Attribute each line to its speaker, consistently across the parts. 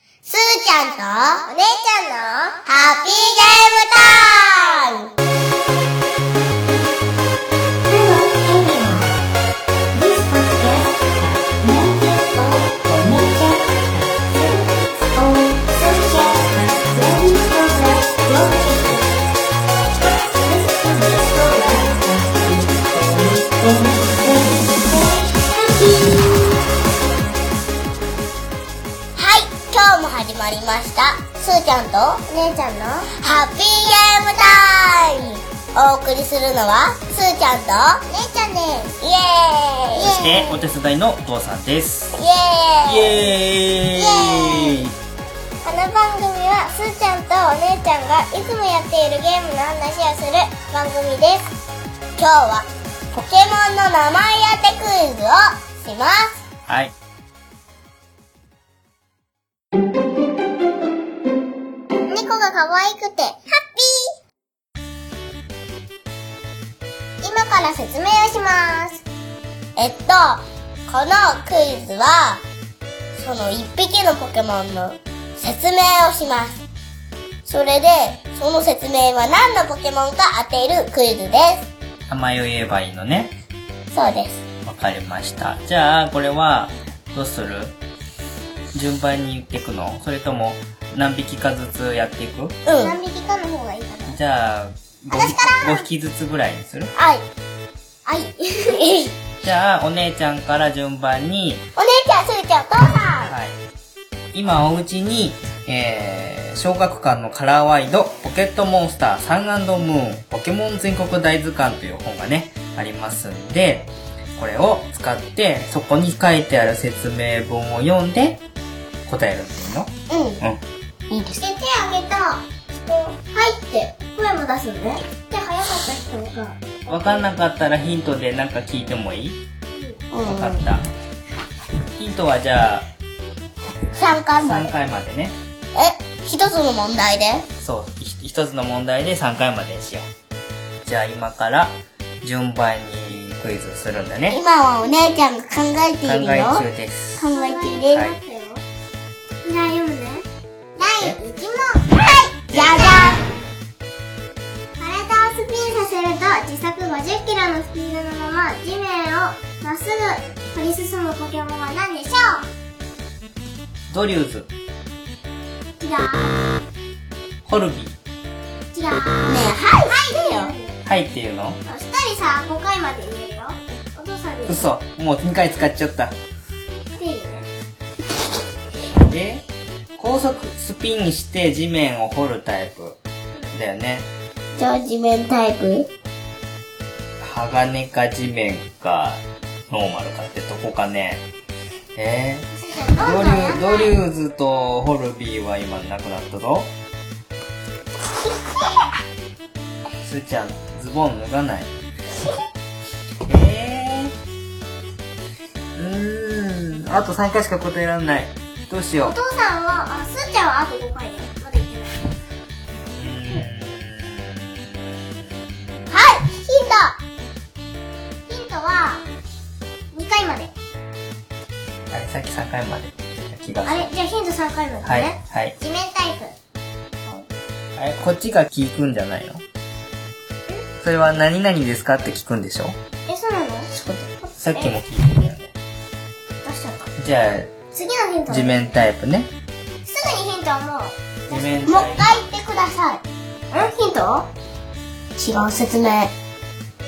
Speaker 1: ゃんとお姉ちゃんのハッピーゲームタイム
Speaker 2: Hello everyone. This podcast is meant for nature, civics, or social and learning programs globally. This is program is meant for making everyone happy.
Speaker 1: はい、今日も始まりましたすーちゃんとお姉ちゃんのハッピーゲームタイムお送りするのはすーちゃんとお姉ちゃんですイ
Speaker 3: そし
Speaker 1: エー
Speaker 3: て
Speaker 1: イ
Speaker 3: お手伝いのお父さんです
Speaker 1: イエーイイエ
Speaker 3: イエーイ
Speaker 1: この番組はすーちゃんとお姉ちゃんがいつもやっているゲームの話をする番組です今日はポケモンの名前当てクイズをします
Speaker 3: はい
Speaker 1: 猫が可愛くてハッピー今から説明をしますえっとこのクイズはその1匹のポケモンの説明をしますそれでその説明は何のポケモンか当てるクイズで
Speaker 3: 名前を言えばいいのね
Speaker 1: すそうです
Speaker 3: わかりましたじゃあこれはどうする順番に言っていくのそれとも何匹かずつやっていく
Speaker 1: うん
Speaker 2: 何匹かの方がいいかな。
Speaker 3: じゃあ 5,
Speaker 1: 私から
Speaker 3: 匹ずつぐらいにする
Speaker 1: 愛愛 お姉ち
Speaker 3: じゃあお姉ちゃんから順番に
Speaker 1: ゃんすーちゃんお父さん
Speaker 3: はい。今、お家に、えー、小学館のカラーワイド、ポケットモンスターサンムーン、ポケモン全国大図鑑という本がね、ありますんで、これを使って、そこに書いてある説明文を読んで、答えるっていうの
Speaker 1: うんいいです
Speaker 2: で手あげた人はいって声も出すのねで早かった人が
Speaker 3: わかんなかったらヒントでなんか聞いてもいい
Speaker 1: うん
Speaker 3: わかった。ヒントはじゃあ、
Speaker 1: 3回まで
Speaker 3: 3回までね。
Speaker 1: え一つの問題で
Speaker 3: そう、ひ一つの問題で3回までにしよう。じゃあ今から順番にクイズするんだね。
Speaker 1: 今はお姉ちゃんが考えて
Speaker 3: 考
Speaker 1: いる
Speaker 3: え
Speaker 1: よ
Speaker 3: 中です。
Speaker 1: 考えている、
Speaker 3: は
Speaker 2: だよ
Speaker 3: い
Speaker 2: じゃあ読むね
Speaker 1: 第1問はいじゃじゃ
Speaker 2: 体をスピンさせると時速50キロのスピードのまま地面をまっすぐ掘り進むポケモンは何でしょ
Speaker 3: ドリューズ、
Speaker 2: う違う
Speaker 3: ホルビ
Speaker 2: 違うん
Speaker 3: ー。
Speaker 1: ねえはいはいだよ
Speaker 3: はいっていうの
Speaker 2: 一人さ5回まで言えるよお父さんで言
Speaker 3: 嘘。もう2回使っちゃった。
Speaker 2: っていいよね
Speaker 3: で、高速スピンして地面を掘るタイプ。だよね。
Speaker 1: じゃあ地面タイプ
Speaker 3: 鋼か地面か、ノーマルかってとこかね。えー
Speaker 2: じゃあ
Speaker 3: ド
Speaker 2: どんどん
Speaker 3: リュ
Speaker 2: や
Speaker 3: ードリューズとホルビーは今なくなったぞすーちゃんズボン脱がないえー、うーんあと3回しか答えられないどうしよう
Speaker 2: お父さんはあすーちゃんはあと5回だよまだ言ってないう
Speaker 3: ー
Speaker 2: はいヒントヒントは2回まで
Speaker 3: んあれさっき3回まで言った気がす
Speaker 2: あ
Speaker 3: る
Speaker 2: れじゃあヒント3回までね、
Speaker 3: はいはい
Speaker 2: 地面タイプ
Speaker 3: あれこっちが聞くんじゃないのそれは何々ですかって聞くんでしょ
Speaker 2: えそうなの
Speaker 3: さっきも聞いてたよね
Speaker 2: 出しちゃった
Speaker 3: じゃあ
Speaker 2: 次のヒント
Speaker 3: 地面タイプね。
Speaker 2: すぐにヒントをもう
Speaker 3: 地面
Speaker 2: もう
Speaker 3: タ
Speaker 2: 一
Speaker 3: イ
Speaker 2: 回言ってくださいんヒント
Speaker 1: 違う説明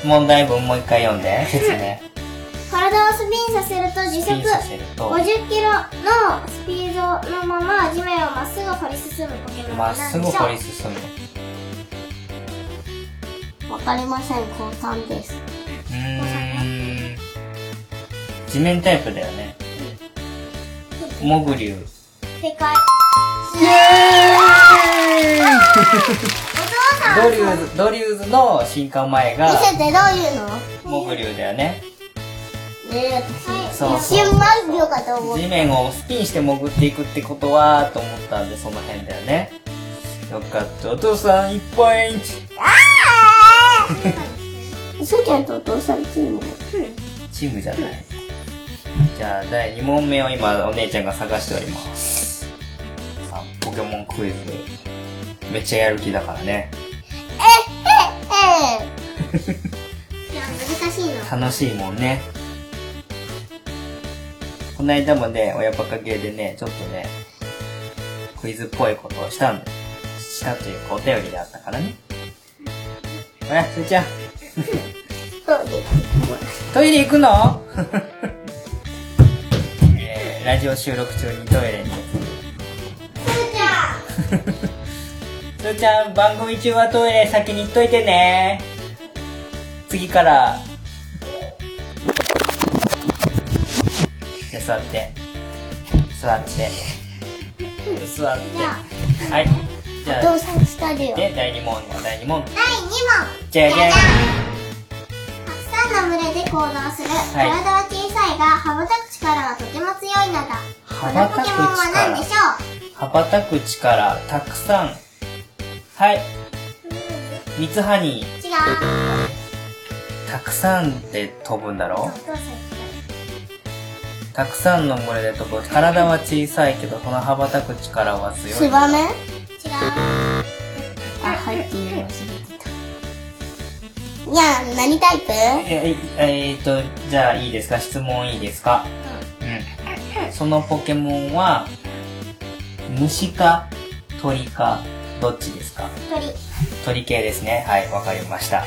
Speaker 3: プ。問題文もう一回読んで、説明。
Speaker 2: 体をスピンさせると時速
Speaker 3: ピンさせると
Speaker 2: 50キロのスピードのまま地面をまっすぐ掘り進むポケモン
Speaker 3: まっ
Speaker 2: は
Speaker 3: す
Speaker 2: 何で
Speaker 3: ぐ
Speaker 2: しょ
Speaker 3: 掘
Speaker 2: う
Speaker 3: り進む。う
Speaker 1: わかりません高3です
Speaker 3: ーん。地面タイプだよね。モグリュウ。
Speaker 2: 正解
Speaker 3: イエーイ
Speaker 2: お父さん
Speaker 3: ドリューズ、ドリューズの進化前が
Speaker 1: 見、せてどういうの
Speaker 3: モグリュウだよね。
Speaker 1: ね
Speaker 2: はい
Speaker 3: そう
Speaker 1: 一瞬万秒かと思う
Speaker 3: 地面をスピンして潜っていくってことは、と思ったんで、その辺だよね。よかった。お父さん、一ポイント。
Speaker 1: すーちゃんとお父さんチーム
Speaker 3: チームじゃない。じゃあ、第2問目を今、お姉ちゃんが探しております。さあ、ポケモンクイズ、めっちゃやる気だからね。
Speaker 1: ええ
Speaker 2: いや、難しいの。
Speaker 3: 楽しいもんね。この間もね、親バカゲーでね、ちょっとね、クイズっぽいことをしたんしたというかお便りであったからね。ほら、それちゃん、
Speaker 1: そう です
Speaker 3: トイレ行 くのえーラジオ収録中にトイレに。すーちゃん番組中はトイレ先に行っといてね。次から。じゃあ座って。座って。座って。はい。じゃあ、
Speaker 1: 動作したるよ
Speaker 3: ね、第2問の第2問。
Speaker 2: 第2問。
Speaker 3: じゃじゃん
Speaker 2: たくさんの群れで行動する。
Speaker 3: い
Speaker 2: 体は小さいが、羽ばたく力はとても強いのだ。こ
Speaker 3: 羽
Speaker 2: の
Speaker 3: ば
Speaker 2: ポ
Speaker 3: たく
Speaker 2: ケモンは何でし
Speaker 3: 力。
Speaker 2: ょう
Speaker 3: 羽ばたく力、たくさん。はい。三つ葉に、
Speaker 2: 違う。
Speaker 3: たくさんで飛ぶんだろう
Speaker 2: どうす
Speaker 3: たくさんの群れで飛ぶ体は小さいけどその羽ばたく力は強い
Speaker 1: ツバメ
Speaker 2: る違う。
Speaker 1: あ、入っていいの忘れてた。にゃん、何タイプ
Speaker 3: えええーっとじゃあいいですか質問いいですかうんそのポケモンは虫か鳥かどっちですか
Speaker 2: 鳥。で、
Speaker 3: 鳥系ですねはいわかりました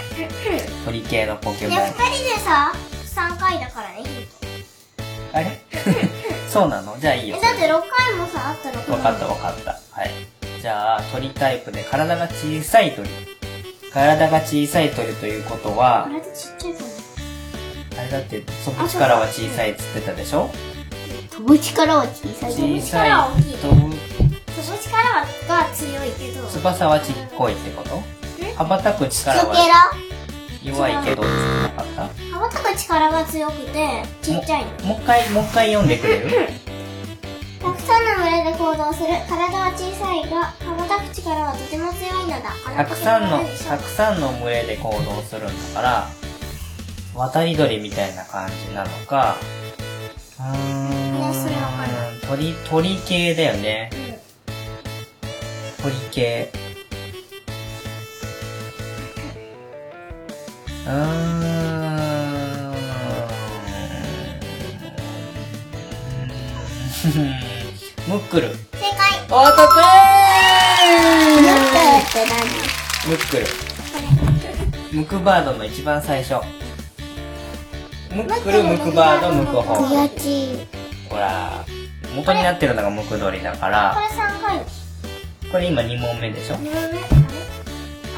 Speaker 3: 鳥系のポケ
Speaker 2: 二
Speaker 3: モン
Speaker 2: 人でさ、3回だからね。
Speaker 3: あれ そうなのじゃあいい
Speaker 2: え、
Speaker 3: よ
Speaker 2: だって6回もさ、あったの
Speaker 3: わかったわかった。はい。じゃあ、鳥タイプで体が小さい鳥。体が小さい鳥ということは
Speaker 2: こ、れでちっちゃいかも。
Speaker 3: あれだって飛ぶ力は小さいっつってたでしょ
Speaker 1: 飛ぶ力は小さいけど。
Speaker 3: 小さい
Speaker 2: 力は大きい
Speaker 3: 飛ぶ
Speaker 2: 飛ぶ力はが強いけど。
Speaker 3: 翼はちっこいってこと羽ばたく力
Speaker 1: チョ
Speaker 3: は
Speaker 1: ケ
Speaker 3: 弱いけどっつってなかった
Speaker 2: 羽ばたく力が強くて、ちっちゃいの。
Speaker 3: ももう一回、もう一回読んでくれる
Speaker 2: たくさんの群れで行動する体は小さいが羽ばたく力はとても強いのだ
Speaker 3: たくさんの
Speaker 2: あポケモンは何でしょ
Speaker 3: た
Speaker 2: う
Speaker 3: くさんの群れで行動するんだから渡り鳥みたいな感じなのかう
Speaker 2: いやそれわか
Speaker 3: ーん鳥鳥系だよね鳥系うーん ムックル
Speaker 2: 正解
Speaker 3: おーと
Speaker 1: ラム
Speaker 3: ム
Speaker 1: ックルって何
Speaker 3: ムックル。ムクバードの一番最初。ムックル、ムクバード、ムクホ
Speaker 2: い
Speaker 3: ー。
Speaker 2: や
Speaker 1: 悔しい。
Speaker 3: ほら、元になってるのがムクドリだ
Speaker 2: こ
Speaker 3: か
Speaker 2: れ
Speaker 3: ら、
Speaker 2: 3回
Speaker 3: これ今2問目でしょ
Speaker 2: 二問目あれ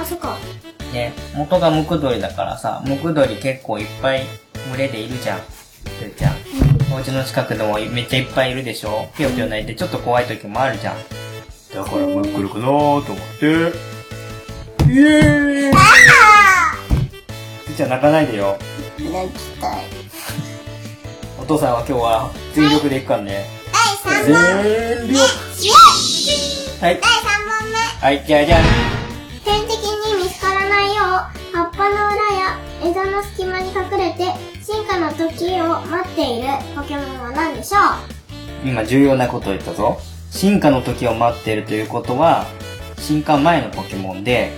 Speaker 2: あそっか
Speaker 3: ね、元がムクドリだからさ、ムクドリ結構いっぱい群れでいるじゃん。ふーちゃん。お家の近くでもめっちゃいっぱいいるでしょぴよぴよ泣いてちょっと怖い時もあるじゃん。だからムックルかなーと思って。イエーイふーちゃん泣かないでよ。
Speaker 1: 泣きたい。
Speaker 3: お父さんは今日は全力で行くからね。
Speaker 2: 第3
Speaker 3: 全力はい。
Speaker 2: 第三問目
Speaker 3: はい、じゃあじゃあ。
Speaker 2: 天敵に見つからないよう葉っぱの裏や枝の隙間に隠れて進化の時を待っているポケモンは何でしょう
Speaker 3: 今重要なことを言ったぞ。進化の時を待っているということは、進化前のポケモンで、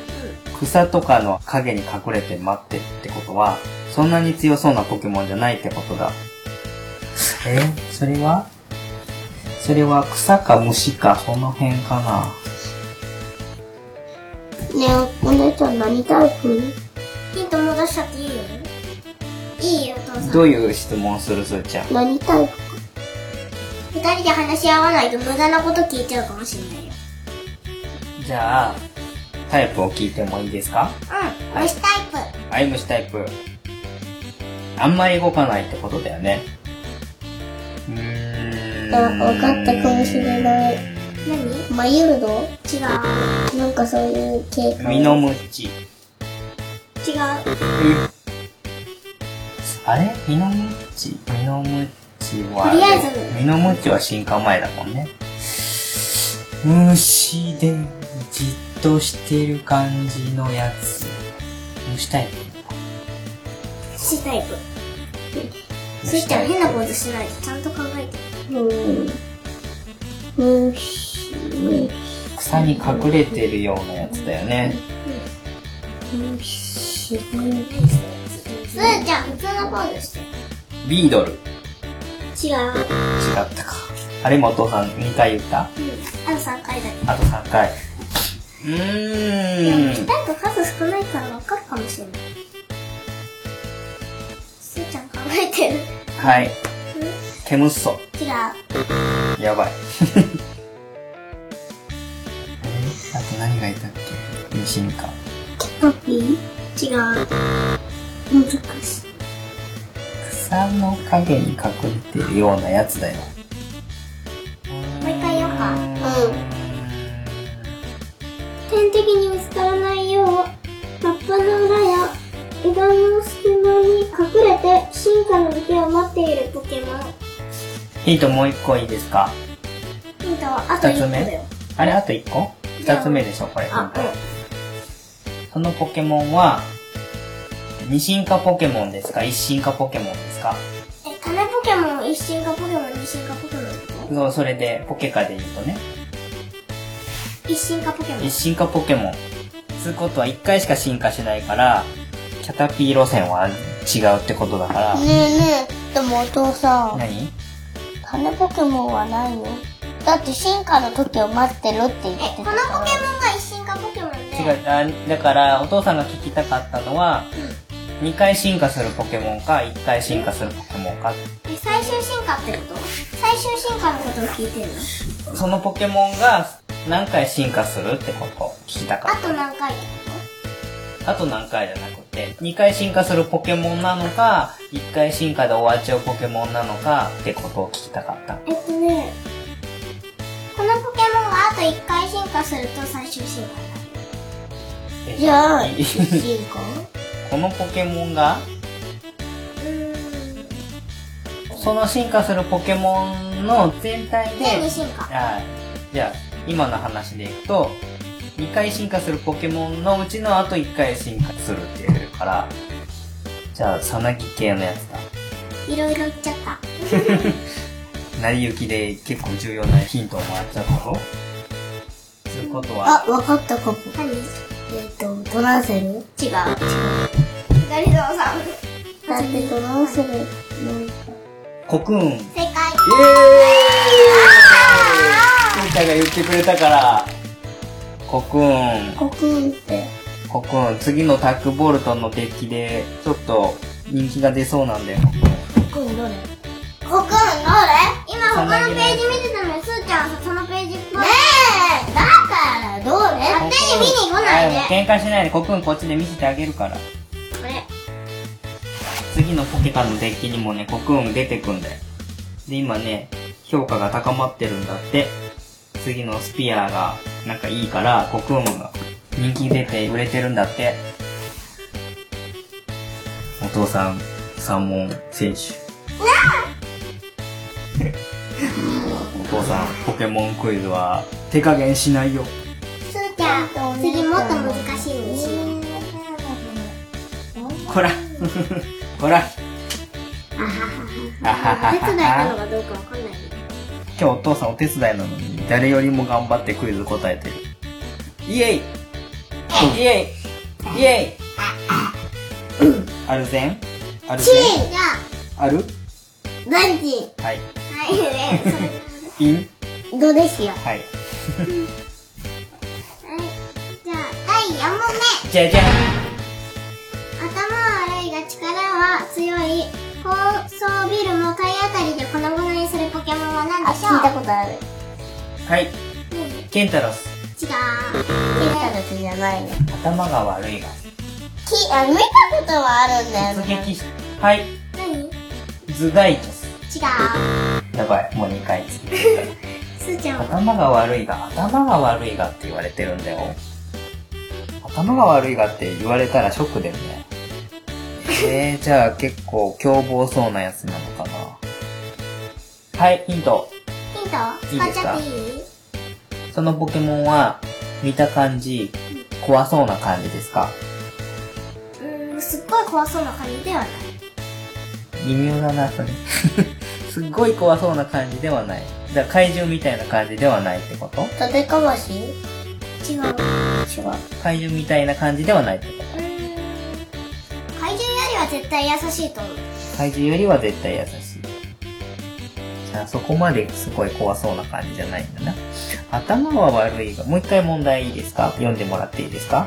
Speaker 3: 草とかの影に隠れて待ってるってことは、そんなに強そうなポケモンじゃないってことだ。えそれはそれは草か虫か、その辺かな。
Speaker 1: ねえ、お姉ちゃん何タイプ
Speaker 2: ヒント戻しちゃっていいよいいよお父さん
Speaker 3: どういう質問するすーちゃん。
Speaker 1: 何タイプ
Speaker 2: 二人で話し合わないと無駄なこと聞いちゃうかもしれないよ。
Speaker 3: じゃあ、タイプを聞いてもいいですか
Speaker 2: うん。虫タイプ。
Speaker 3: アイムシタイプ。あんまり動かないってことだよね。うーん。
Speaker 1: あわかったかもしれない
Speaker 2: 何違
Speaker 1: マユルド
Speaker 2: う。
Speaker 1: なんかそういう系か。
Speaker 3: ミノムチ。
Speaker 2: 違う。
Speaker 3: あれミノムチミノムチは、
Speaker 2: とりあえず
Speaker 3: ミノムチは進化前だもんね。虫でじっとしてる感じのやつ。虫タイプ。
Speaker 2: 虫タイプ。スイ
Speaker 3: 虫
Speaker 2: ちゃ
Speaker 3: タ
Speaker 2: ん
Speaker 3: イプ
Speaker 2: 変なことしないとちゃんと考えて。
Speaker 1: うん。虫、虫。
Speaker 3: 草に隠れてるようなやつだよね。
Speaker 2: すーちゃん、普通のポーズして。
Speaker 3: ビードル。違っ
Speaker 2: 違う。うん。
Speaker 3: たか。あれもお父さん2回言った
Speaker 2: あと3回だけ。
Speaker 3: あと3回。う
Speaker 2: でも、
Speaker 3: ー
Speaker 2: ピ
Speaker 3: ん。
Speaker 2: タリと数少ないからわかるかもしれない。すーちゃん考えてる。
Speaker 3: はい。ケムッソ。
Speaker 2: 違う。
Speaker 3: やばい。 えあと何がいたっけミシンか。
Speaker 2: ポピー違う。難しい。
Speaker 3: 草の影に隠れてるようなやつだよ。
Speaker 2: もう一回やろうか。
Speaker 3: う
Speaker 2: 天敵に見つからないよう、葉っぱの裏や枝の隙間に隠れて進化の時を待っているポケモン。
Speaker 3: ん。ヒントもう一個いいですか
Speaker 2: ヒントはあと1個だよ。
Speaker 3: あれあと一個
Speaker 2: じゃあ
Speaker 3: 二つ目でしょこれ。ヒン
Speaker 2: あ、
Speaker 3: トそのポケモンは、二進化ポケモンですか一進化ポケモンですか
Speaker 2: うん。え、種ポケモン、一進化ポケモン、二進化ポケモンだよ。
Speaker 3: そう、それで、ポケカで言うとね。
Speaker 2: 一進化ポケモン。
Speaker 3: 一進化ポケモン。つうことは一回しか進化しないから、キャタピー路線は違うってことだから。
Speaker 1: ねえねえ、でもお父さん、
Speaker 3: 何
Speaker 1: 種ポケモンはないよ。だって進化の時を待ってるって言っ
Speaker 2: え、
Speaker 1: て
Speaker 2: こ
Speaker 1: たか
Speaker 2: のポケモン
Speaker 1: ら。
Speaker 2: が一進化ポケモンで。
Speaker 3: 違う、あだから、お父さんが聞きたかったのは、2回進化するポケモンか、1回進化するポケモンか。
Speaker 2: え、最終進化ってこと最終進化のことを聞いてるの
Speaker 3: そのポケモンが何回進化するってことを聞きたか
Speaker 2: あ
Speaker 3: っ
Speaker 2: と何回ってこと
Speaker 3: た。あと何回じゃなくて、2回進化するポケモンなのか、1回進化で終わっちゃうポケモンなのかってことを聞きたかった。
Speaker 2: えっとね、このポケモンがあと1回進化すると最終進化になる。
Speaker 3: え
Speaker 1: じゃあ、
Speaker 3: い
Speaker 1: 一進化
Speaker 3: このポケモンが、
Speaker 2: う
Speaker 3: その進化するポケモンの全体で、
Speaker 2: で、2進化。
Speaker 3: はい。じゃあ、今の話でいくと、2回進化するポケモンのうちのあと1回進化するっていうから、じゃあ、さなぎ系のやつだ。
Speaker 2: いろいろ言っちゃった。
Speaker 3: 成り行きで結構重要なヒントをもらっちゃったろということは、
Speaker 1: あ、わかったかも。
Speaker 2: 何違う。
Speaker 1: えっ、と、ドランセル
Speaker 2: 違う。ガリゾウさん。
Speaker 1: だってドランセルの、
Speaker 3: コクーン。イエーイ
Speaker 2: 正解。
Speaker 3: ふーちゃんが言ってくれたから、コクーン。
Speaker 1: コクーンって、
Speaker 3: コクーン、次のタックボルトのデッキで、ちょっと人気が出そうなんだよ。
Speaker 1: コクーンどれ
Speaker 2: コクーンどれ今他のページ見てたのに、すーちゃんはさそのページっぽい。ねえだからどうね勝手に見に来ない
Speaker 3: あ
Speaker 2: で。
Speaker 3: 喧嘩しないで、コクーンこっちで見せてあげるから。
Speaker 2: これ。
Speaker 3: 次のポケカのデッキにもね、コクーン出てくんだよ。で、今ね、評価が高まってるんだって。次のスピアが、なんかいいから、コクーンが人気出て売れてるんだって。お父さん、三問選手。お父さん、ポケモンクイズは手加減しないよ。
Speaker 2: すーちゃん、次もっと難しいのにしよう。
Speaker 3: こらこらあははは
Speaker 2: 手伝いなのかどうかわかんないけど。
Speaker 3: 今日お父さんお手伝いなのに誰よりも頑張ってクイズ答えてるイエイイエイイ エイアルゼンアルゼン
Speaker 2: じゃあ、
Speaker 3: アル
Speaker 1: ランチ、
Speaker 3: は
Speaker 2: はい、
Speaker 3: い
Speaker 2: ね、それ。はい、
Speaker 3: イン
Speaker 1: ドですよ。
Speaker 3: はい
Speaker 2: じゃあ、第4問目。
Speaker 3: じゃじゃん
Speaker 2: 頭は悪いが力は強い。高層ビルも体当たりで粉々にするポケモンは何
Speaker 1: あ、
Speaker 2: でしょ
Speaker 1: 聞いた
Speaker 2: う
Speaker 1: ことある。
Speaker 3: はい
Speaker 2: うん違う。
Speaker 3: ケンタロス
Speaker 1: 聞いたことじゃないの。
Speaker 3: 頭が悪いが
Speaker 1: き、あ、見たことはあるんだよ
Speaker 3: 突
Speaker 1: ね。
Speaker 3: 撃しはい
Speaker 2: 何違う。
Speaker 3: 頭蓋キスやばいもう2回つけてる
Speaker 2: すーちゃんは
Speaker 3: 頭が悪いが頭が悪いがって言われてるんだよ頭が悪いがって言われたらショックだよ ねえー、じゃあ結構凶暴そうなやつなのかなはいヒント
Speaker 2: ヒント使
Speaker 3: いいで
Speaker 2: っ
Speaker 3: す
Speaker 2: ち
Speaker 3: か
Speaker 2: ゃっていい
Speaker 3: そのポケモンは見た感じ怖そうな感じですか
Speaker 2: うーん、すっごい怖そうな感じではない。
Speaker 3: 微妙だなそれ すっごい怖そうな感じではないだから怪獣みたいな感じではないってこと
Speaker 1: 立てかまし
Speaker 2: 違
Speaker 1: 違
Speaker 2: う。
Speaker 1: う。う
Speaker 3: 怪獣みたいな感じではないってこと
Speaker 1: ーん。
Speaker 2: 怪獣よりは絶対優しいと思う。
Speaker 3: 怪獣よりは絶対優しいじゃあそこまですごい怖そうな感じじゃないんだな頭は悪いがもう一回問題いいですか読んでもらっていいですか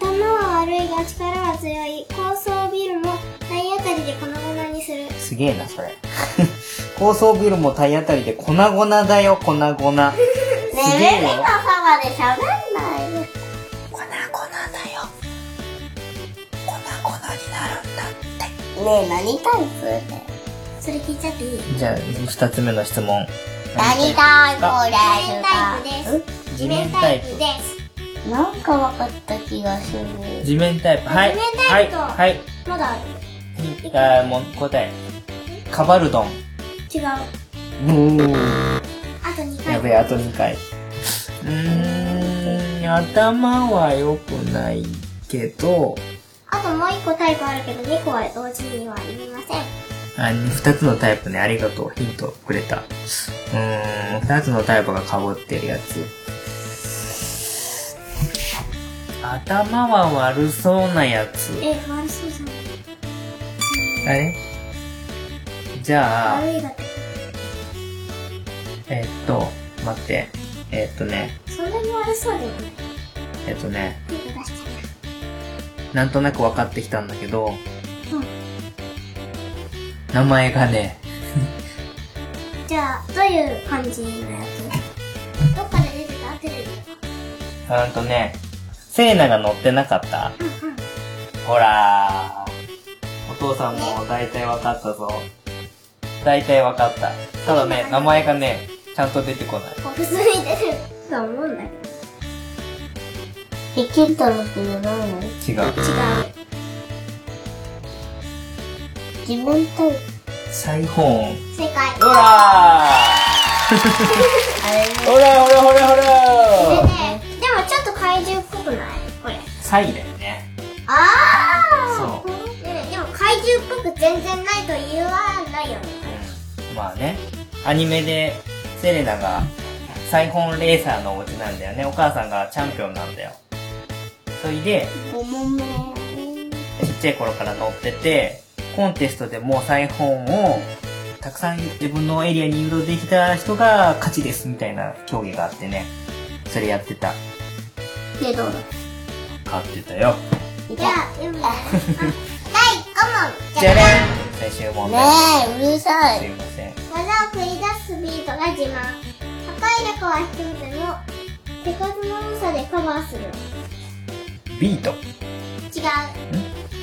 Speaker 2: 頭は悪いが力は強い。高層ビルも体当たりで粉々にする。
Speaker 3: すげえなそれ 高層ビルも体当たりで粉々だよ粉
Speaker 1: ね
Speaker 3: 々すげ
Speaker 1: え、
Speaker 3: え
Speaker 1: 目の
Speaker 3: よ
Speaker 1: そばで喋んないで。
Speaker 3: 粉々だよ粉々になるんだ
Speaker 1: ねえ、何タイプだよ
Speaker 2: それ聞いちゃっていい
Speaker 3: じゃあ二つ目の質問
Speaker 1: 何タイプ
Speaker 3: か
Speaker 1: だ
Speaker 2: 地
Speaker 1: よ
Speaker 2: 面
Speaker 3: 地面タイプ
Speaker 2: です。
Speaker 1: なんか分かった気がする。
Speaker 3: 地面タイプはい
Speaker 2: 地面タイプと
Speaker 3: はいはい
Speaker 2: まだある。
Speaker 3: ヒンあーもう答えカバルドン
Speaker 2: 違う。あ
Speaker 3: ブー
Speaker 2: と2回。
Speaker 3: やべえあと2回うーん頭は良くないけど
Speaker 2: あともう1個タイプあるけど、2個は同時にはいりません。
Speaker 3: あ2つのタイプねありがとうヒントくれたうーん2つのタイプが被ってるやつ頭は悪そうなやつ
Speaker 2: え、悪そうじゃない。
Speaker 3: あれじゃあ
Speaker 2: 悪いだって。
Speaker 3: えっと待ってえっとね
Speaker 2: そんなに悪そうでもない。
Speaker 3: えっとね
Speaker 2: 手が出しちゃ
Speaker 3: なんとなく分かってきたんだけど、
Speaker 2: うん
Speaker 3: 名前がね、
Speaker 2: う。じゃあ、どういう感じのやつどっかで出てたテレビ
Speaker 3: うんとね、セイナが乗ってなかった
Speaker 2: うんうん。
Speaker 3: ほらー。お父さんも大体分かったぞ。大体分かった。ただね、名前がね、ちゃんと出てこない。
Speaker 2: こう普通に出ると思うんだけど。
Speaker 1: ヒキンタロスじゃないの
Speaker 3: 違
Speaker 2: 違
Speaker 3: う。
Speaker 2: う。
Speaker 1: 自分タイプ。
Speaker 3: サイホーン。
Speaker 2: 正解。
Speaker 3: ほら
Speaker 1: あれね。
Speaker 3: ーほらほらほら
Speaker 2: で
Speaker 3: ほらー
Speaker 2: ね、でもちょっと怪獣っぽくないこれ。
Speaker 3: サイだよね。
Speaker 2: あ
Speaker 3: そ
Speaker 2: ーねでも怪獣っぽく全然ないと言わないよね。
Speaker 3: う。まあね、アニメでセレナがサイホーンレーサーのお家なんだよね。お母さんがチャンピオンなんだよ。それで、
Speaker 1: ごめん
Speaker 3: ちっちゃい頃から乗ってて、コンテストでもうサイホーンを、たくさん自分のエリアに誘導できた人が勝ちですみたいな競技があってね。それやってた。
Speaker 1: で、 どうだ
Speaker 3: 勝ってたよ。
Speaker 1: い
Speaker 2: じゃあ、読むね。あ
Speaker 3: じゃれん最終問
Speaker 1: ね
Speaker 3: 題。
Speaker 1: え、うるさ
Speaker 3: すい
Speaker 1: い。
Speaker 3: ません。
Speaker 2: 技を繰り出すスピードが自慢。破壊力は低くても、手数の多さでカバーする。違う。
Speaker 3: ビート。違う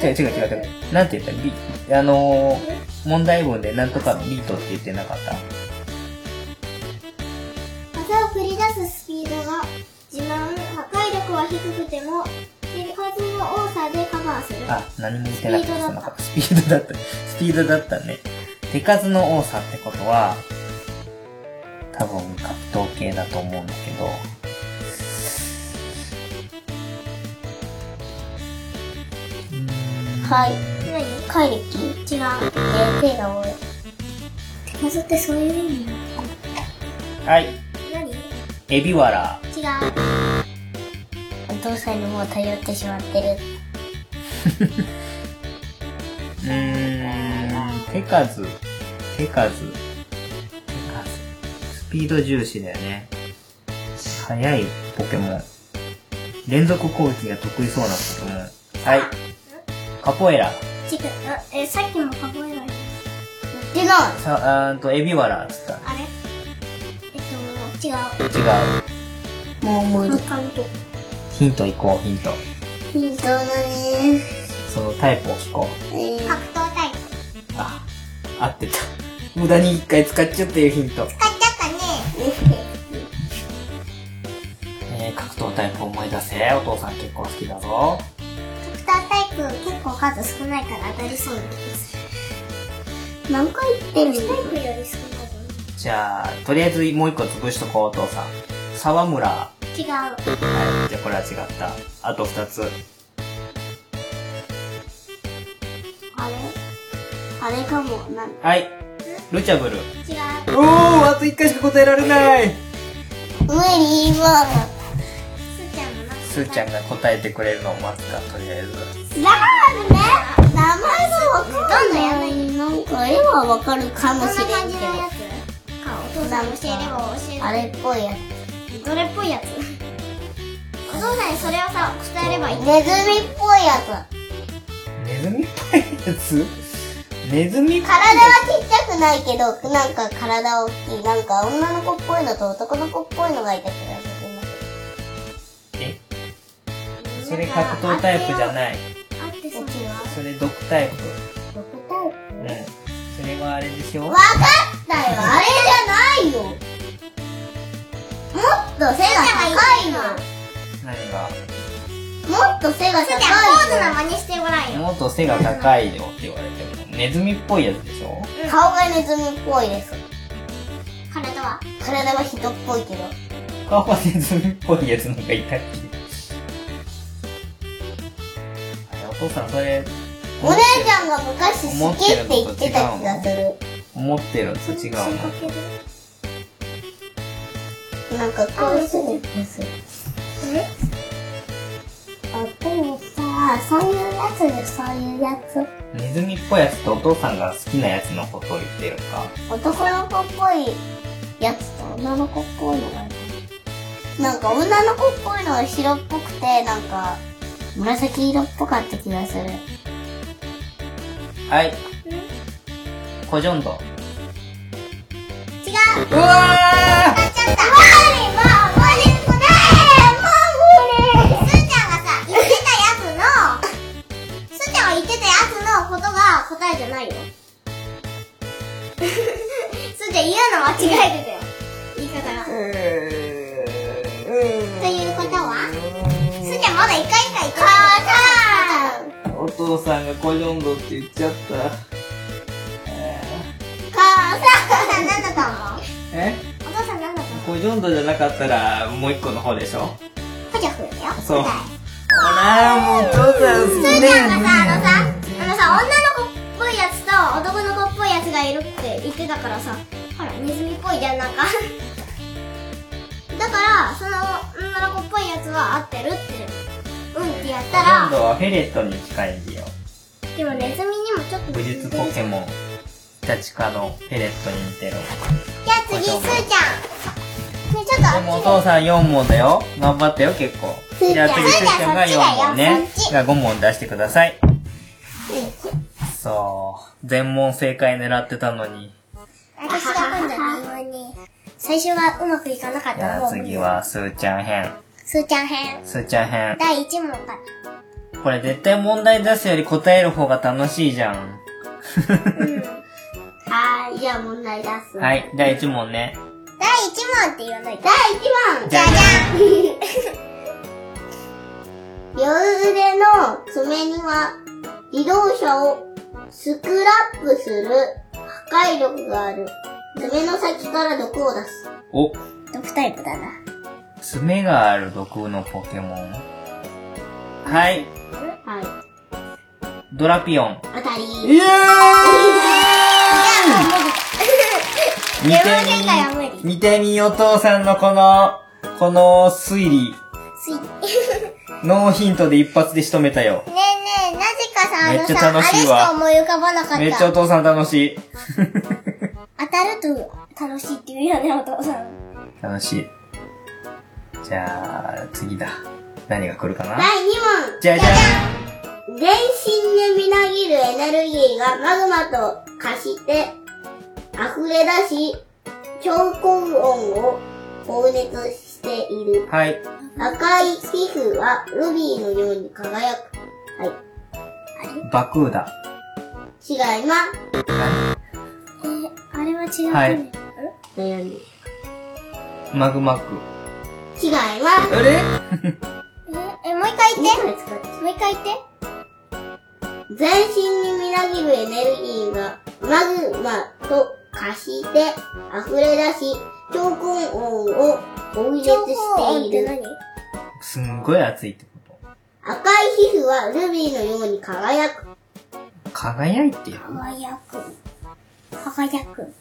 Speaker 3: 違う違う違う。なんて言ったビあのー、問題文でなんとかビートって言ってなかった。
Speaker 2: 技を繰り出すスピードが自慢。破壊力は低くても、手数の多さでカバーする。
Speaker 3: あ、何も言ってなかった。なんかスピードだった。スピードだったね。手数の多さってことは、多分格闘系だと思うんだけど。
Speaker 1: はい。
Speaker 2: 何
Speaker 1: 怪力
Speaker 2: 違う。
Speaker 1: え、手が多い。
Speaker 2: 手数ってそういう意味なの
Speaker 3: はい。
Speaker 2: 何違う。
Speaker 3: エビワラ。
Speaker 1: お父さんにもう頼ってしまってる。
Speaker 3: うーん。手数。手数。手数。スピード重視だよね。速いポケモン。連続攻撃が得意そうなポケモン。はい。カポエラ。
Speaker 2: 違う。あえ、さっきもカゴ以外
Speaker 1: 違う。
Speaker 3: さ、あーんと、エビワラっつった。
Speaker 2: あれえっと、違う。
Speaker 3: 違う。
Speaker 1: もう無理。
Speaker 2: カウント。
Speaker 3: ヒント行こう、ヒント。
Speaker 1: ヒントなね。
Speaker 3: そのタイプを聞こう。
Speaker 1: えー
Speaker 2: 格闘タイプ。
Speaker 3: あ、合ってた。無駄に一回使っちゃったよ、ヒント。
Speaker 2: 使っちゃったね。
Speaker 3: えー、格闘タイプ思い出せ。お父さん結構好きだぞ。
Speaker 2: 格闘タイプ結構数少ないから当たりそうな気がする。
Speaker 1: 何回言ってるの
Speaker 2: タイプより少ないと思
Speaker 3: じゃあ、とりあえずもう一個潰しとこう、お父さん。沢村。は
Speaker 2: う。違う。
Speaker 3: い、じゃあこれは違った。あと二つ。
Speaker 2: あれあれかも。なん違う。
Speaker 3: はい。ルチャブル。
Speaker 2: 違う。
Speaker 3: おー、あと一回しか答えられない。
Speaker 1: 無理、今。
Speaker 3: すーちゃんが答えてくれるのを待つか、とりあえず。
Speaker 1: ラーメン名前がわかんないなんか絵はわかるかもしれんけど
Speaker 2: つか、お父さん教えれば教える。
Speaker 1: あれっぽいやつ
Speaker 2: どれっぽいやつお父さんにそれをさ、伝えればいい。
Speaker 1: ネズミっぽいやつ
Speaker 3: ネズミっぽいやつネズミっぽいやつ
Speaker 1: 体はちっちゃくないけどなんか体は大きいなんか女の子っぽいのと男の子っぽいのがいた気がする
Speaker 3: えそれ格闘タイプじゃない。
Speaker 2: あってそう。
Speaker 3: それ毒タイプ。
Speaker 1: 毒タイプ
Speaker 3: うん。それはあれでしょ
Speaker 1: わかったよあれじゃないよもっと背が高いの
Speaker 3: 何が
Speaker 1: もっと背が
Speaker 2: すーちゃ
Speaker 1: 高
Speaker 2: ん、ポーズの真似してごらんよ。
Speaker 3: もっと背が高いよって言われても、ネズミっぽいやつでしょ
Speaker 1: いの顔がネズミっぽいです
Speaker 2: 体は。
Speaker 1: 体は人っぽいけど
Speaker 3: 顔はネズミっぽいやつなんかいたっけあれお父さんそれ、
Speaker 1: お姉ちゃんが昔好きって言ってた気がする
Speaker 3: 思ってるのと違うの
Speaker 1: なんかこうするです
Speaker 2: え
Speaker 1: あでもさそういうやつでそういうやつ
Speaker 3: ネズミっぽいやつとお父さんが好きなやつのことを言ってるか。
Speaker 1: 男の子っぽいやつと女の子っぽいのがいるなんか女の子っぽいのは白っぽくてなんか紫色っぽかった気がする
Speaker 3: はい。コジョンド。
Speaker 1: 違うち
Speaker 3: うわ
Speaker 1: ゃったマリもう無理くないもう無理すーちゃんがさ言ってたやつのすーちゃんが言ってたやつのことが答えじゃないよ
Speaker 2: すーちゃん、言うの間違えてたよ。言い方が。
Speaker 3: ー
Speaker 1: ということは
Speaker 2: すーちゃん、まだ一回しか行か
Speaker 1: 母さん
Speaker 3: お父さんがコジョンドって言っちゃった。
Speaker 1: 母さん
Speaker 2: ない。お父さん、何だと思う
Speaker 3: え
Speaker 2: お父さん、何だと思う
Speaker 3: コジョンドじゃなかったら、もう一個の方でしょ
Speaker 2: ほじゃふだよ。
Speaker 3: そう。ほら、もうお父さん、す
Speaker 2: すーちゃんがさ、あのさ、あのさ、女の子っぽいやつと男の子っぽいやつがいるって言ってたからさ、ほら、ネズミっぽいじゃん、なんか。だから、その女の子っぽいやつは合ってるって、うんってやった
Speaker 3: コジョ
Speaker 2: ら、
Speaker 3: ンドはフェレットに近いんだよ。
Speaker 2: でもネズミにもちょっと
Speaker 3: 武
Speaker 2: 似て
Speaker 3: 術
Speaker 2: る
Speaker 3: ポケモン、イタチ科のフェレットに似てる。
Speaker 2: じゃあ次、すーちゃん。ね、ちょっとあっ
Speaker 3: でもお
Speaker 2: ちで。
Speaker 3: 父さん4問だよ。頑張ったよ、結構。じゃあ次、すーちゃんが4問ね。じゃあ5問出してください。そう。全問正解狙ってたのに。
Speaker 2: 私が今度は微妙に。最初はうまくいかなかっ
Speaker 3: じ
Speaker 2: た
Speaker 3: ゃ
Speaker 2: の
Speaker 3: あ次。は、すーちゃん編。
Speaker 2: すーちゃん編。
Speaker 3: すーちゃん編。
Speaker 2: 第1問から。
Speaker 3: これ絶対問題出すより答える方が楽しいじゃん。
Speaker 1: はーいじゃあ問題出す
Speaker 3: はい、じゃあ1問ね。
Speaker 2: 第1問って言わないと。
Speaker 1: 第1問
Speaker 3: じゃじゃん
Speaker 1: 両腕の爪には自動車をスクラップする破壊力がある。爪の先から毒を出す。
Speaker 3: お、
Speaker 1: 毒タイプだな。
Speaker 3: 爪がある毒のポケモン。はい、
Speaker 1: はい。
Speaker 3: ドラピオン。
Speaker 1: 当たり。
Speaker 3: イエーイ見て
Speaker 2: 現代は無理
Speaker 3: み、見てみお父さんのこの、この推理。
Speaker 2: スイッチ。
Speaker 3: ノーヒントで一発で仕留めたよ。
Speaker 2: ねえねえ、なぜかさ、あ
Speaker 3: めっ
Speaker 2: の
Speaker 3: ちゃ
Speaker 2: さ、あ
Speaker 3: 楽
Speaker 2: れ
Speaker 3: しい
Speaker 2: し
Speaker 3: わ
Speaker 2: か思い浮かばなかった。
Speaker 3: めっちゃお父さん楽しい。
Speaker 2: 当たると楽しいって言うよね、お父さん。
Speaker 3: 楽しい。じゃあ、次だ。何が来るかな
Speaker 1: 第2問。
Speaker 3: じゃじゃん
Speaker 1: 全身でみなぎるエネルギーがマグマと化して溢れ出し、超高温を放熱している。
Speaker 3: はい。
Speaker 1: 赤い皮膚はルビーのように輝く。はい。
Speaker 3: バクーダ。
Speaker 1: 違います。
Speaker 2: えー、あれは違う、ね。
Speaker 3: はい
Speaker 2: ん
Speaker 1: 悩み。
Speaker 3: マグマック。
Speaker 1: 違います。
Speaker 3: あれ
Speaker 2: え、え、もう一回言って。
Speaker 1: 回使って
Speaker 2: もう一回言って。
Speaker 1: 全身にみなぎるエネルギーがマグマと化して溢れ出し、超高温を放熱
Speaker 2: 情報
Speaker 1: し
Speaker 2: 音って
Speaker 1: い
Speaker 2: て
Speaker 1: る。
Speaker 2: 何
Speaker 3: すんごい熱いってこ
Speaker 1: 赤い皮膚はルビーのように輝く。
Speaker 3: と。輝いてる
Speaker 2: 輝く。輝く。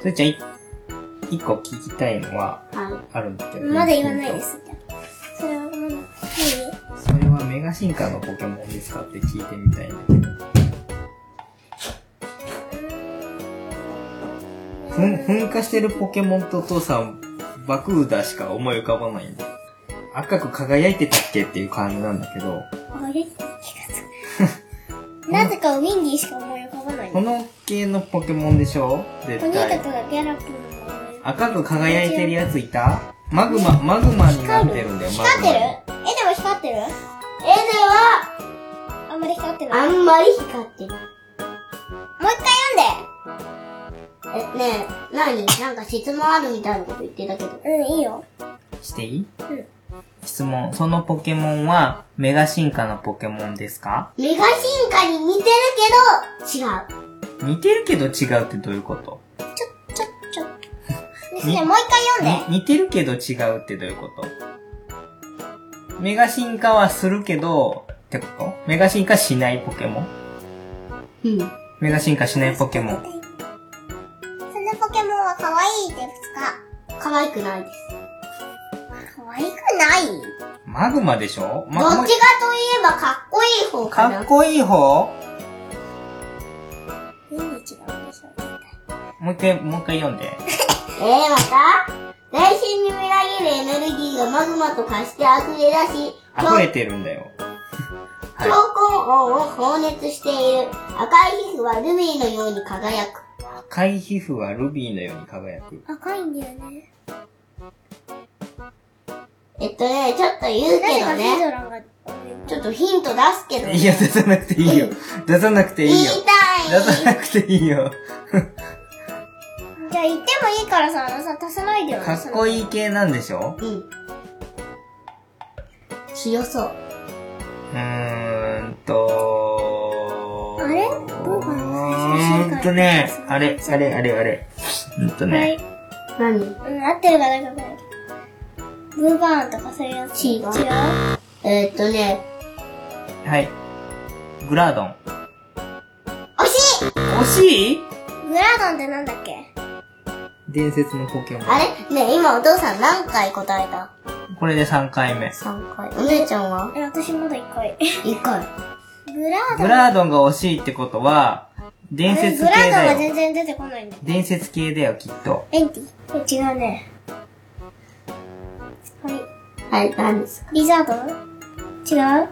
Speaker 3: それちゃんい、一個聞きたいのは
Speaker 1: は
Speaker 3: あるんだけど。。
Speaker 2: まだ言わないですす。それはまだ何
Speaker 3: それはメガ進化のポケモンですかって聞いてみたいんだけど。ふん、噴火してるポケモンと父さん、爆雨だしか思い浮かばないんだ。赤く輝いてたっけっていう感じなんだけど、
Speaker 2: あれ気がつ く。なぜかウィンディしか思い浮かばない。
Speaker 3: この系のポケモンでしょ
Speaker 2: ポ
Speaker 3: 絶
Speaker 2: ニータ
Speaker 3: 対
Speaker 2: と。かギャラクーの顔ね
Speaker 3: 赤く輝いてるやついたマグマ、マグマになってるんだよ、マ
Speaker 2: 光
Speaker 3: グ
Speaker 2: って
Speaker 3: マに
Speaker 2: るえ、でも光ってる
Speaker 1: 絵では、
Speaker 2: あんまり光ってない。
Speaker 1: あ
Speaker 2: もうん
Speaker 1: まり光ってない。
Speaker 2: 一回
Speaker 1: え、ねえ、なになんか質問あるみたいなこと言ってたけど。
Speaker 2: 読んで。うん、いいよ。
Speaker 3: していい、
Speaker 2: ん
Speaker 3: 質問。そのポケモンはメガ進化のポケモンですか
Speaker 1: メガ進化に似てるけど、違う。
Speaker 3: 似てるけど違うってどういうこと
Speaker 2: ちょ、ちょ、 ちょ。
Speaker 3: に
Speaker 2: ね、もう一回読んで。
Speaker 3: に似てるけど違うってどういうことメガ進化はするけど、ってことメガ進化しないポケモン
Speaker 1: うん。
Speaker 3: メガ進化しないポケモン。
Speaker 2: そのポケモンは可愛いですか
Speaker 1: 可愛くないです。
Speaker 2: 可愛くない
Speaker 3: マグマでしょ
Speaker 1: どっち
Speaker 3: マグ
Speaker 1: かと
Speaker 3: マ
Speaker 1: いえばかっこいい方か
Speaker 3: か
Speaker 1: な。
Speaker 3: っこいい方
Speaker 2: ウィンディ違うんでしょ
Speaker 3: もう一回、もう一回読んで。
Speaker 1: ええまた内心にみなぎるエネルギーがマグマと化して溢れ出し、
Speaker 3: 溢れてるんだよ。は
Speaker 1: 闘
Speaker 3: い。
Speaker 1: 魂王を放熱している。赤い皮膚はルビーのように輝く。
Speaker 3: 赤い皮膚はルビーのように輝く。
Speaker 2: 赤いんだよね。
Speaker 1: えっとね、ちょっと言う
Speaker 2: な
Speaker 1: け
Speaker 2: ぜ
Speaker 1: ど
Speaker 2: かヒ
Speaker 1: ね。
Speaker 2: ドランが
Speaker 1: ちょっとヒント出すけど。
Speaker 3: いや、出さなくていいよ。出さなくてい
Speaker 1: 言
Speaker 3: い
Speaker 1: い
Speaker 3: よ。出
Speaker 1: たい。
Speaker 3: さなくていいよ。
Speaker 2: じゃあ言ってもいいからさ、あのさ、足さないでよね。
Speaker 3: かっこ
Speaker 2: い
Speaker 3: いい系なんでしょ
Speaker 1: うん。強そう。
Speaker 3: うーんと
Speaker 2: あれどうかな
Speaker 3: うーんとね、あれ、あれ、あれ、あれ。うんと
Speaker 2: はい。
Speaker 3: ね、
Speaker 1: 何
Speaker 2: うん、合ってるかなんかわかんないけど。ブーバーンとかそういうやつ。
Speaker 1: 違うえっとね、
Speaker 3: はい。グラードン。
Speaker 1: 惜しい
Speaker 3: 惜しい
Speaker 2: グラドンってなんだっけ
Speaker 3: 伝説のポケモン。
Speaker 1: あれねえ今お父さん何回答えた
Speaker 3: これで3回目。
Speaker 1: ?3 回。お姉ちゃんは
Speaker 2: え、私まだ一回。
Speaker 1: ?1 回。
Speaker 2: グラドン
Speaker 3: グラードンが惜しいってことは、伝説
Speaker 2: グラ
Speaker 3: 系
Speaker 2: ドンが
Speaker 3: だよ。
Speaker 2: 全然出てこないんだよ。
Speaker 3: 伝説系だよ、きっと。
Speaker 2: エンティ違うね。はい。
Speaker 1: はい、何ですか
Speaker 2: リザード違う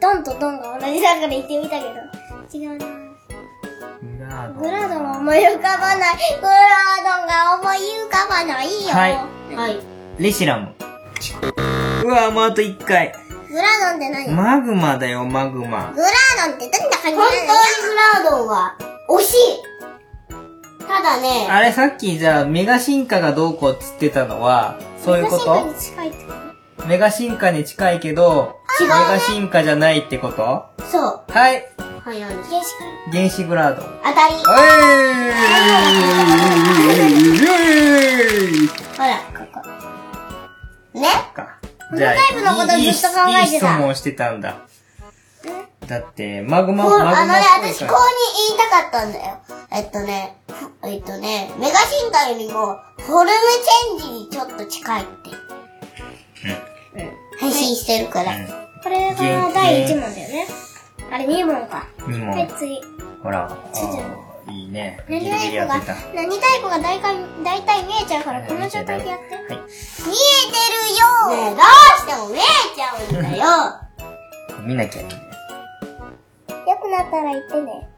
Speaker 2: ドンとドンが同じだから言ってみたけど。違うな。
Speaker 3: グラードン。
Speaker 2: グラドンは思い浮かばない。グラドンが思い浮かばないよ。
Speaker 3: はい
Speaker 1: はい。
Speaker 3: レシラム。うわ、もうあと1回。
Speaker 2: グラドンって何グ
Speaker 3: マグマだよ、マグマ。
Speaker 2: ラドンってどんな感じなの
Speaker 1: 本当にグラードンは惜しいただね、
Speaker 3: あれ、さっきじゃあ、メガ進化がどうこうっつってたのは、そういうこ
Speaker 2: 昔
Speaker 3: と
Speaker 2: に近いってこと
Speaker 3: メガ進化に近いけど、
Speaker 1: 違う
Speaker 3: メ
Speaker 1: ね
Speaker 3: ガ進化じゃないってこと
Speaker 1: そう。
Speaker 3: はい。
Speaker 1: はい、何ですか
Speaker 2: 原始会
Speaker 3: 原子グラードン。
Speaker 1: 当たり。
Speaker 3: おい
Speaker 1: ほら、ここ。ね
Speaker 3: か。じゃ
Speaker 2: このタ
Speaker 3: あ、
Speaker 2: イプのこと
Speaker 3: いいいい
Speaker 2: ずっと考えてた
Speaker 3: いい質問をしてたんだ。だって、マグマ、
Speaker 1: こう
Speaker 3: マグマっ
Speaker 1: あのね、
Speaker 3: ぽい
Speaker 1: 私、
Speaker 3: か
Speaker 1: こ
Speaker 3: ら。
Speaker 1: うに言いたかったんだよ。えっとね、ふえっとね、メガ進化よりも、フォルムチェンジにちょっと近いって。配信してるから。
Speaker 2: これが第1問だよね。あれ2問か。
Speaker 3: うん。2
Speaker 2: はい
Speaker 3: 問。、
Speaker 2: 次。
Speaker 3: ほら、あーいいね。ギ
Speaker 2: 何
Speaker 3: リギ
Speaker 2: 太
Speaker 3: リ
Speaker 2: 鼓
Speaker 3: や
Speaker 2: が
Speaker 3: ってた。、
Speaker 2: 何太鼓が大体大体見えちゃうから、この状態でやって。
Speaker 3: はい。
Speaker 2: 見
Speaker 1: ね
Speaker 2: えて
Speaker 1: え、
Speaker 2: る
Speaker 1: どう
Speaker 2: よ
Speaker 1: しても見えちゃうんだよ。
Speaker 3: 見なきゃいいね。
Speaker 2: よくなったら言ってね。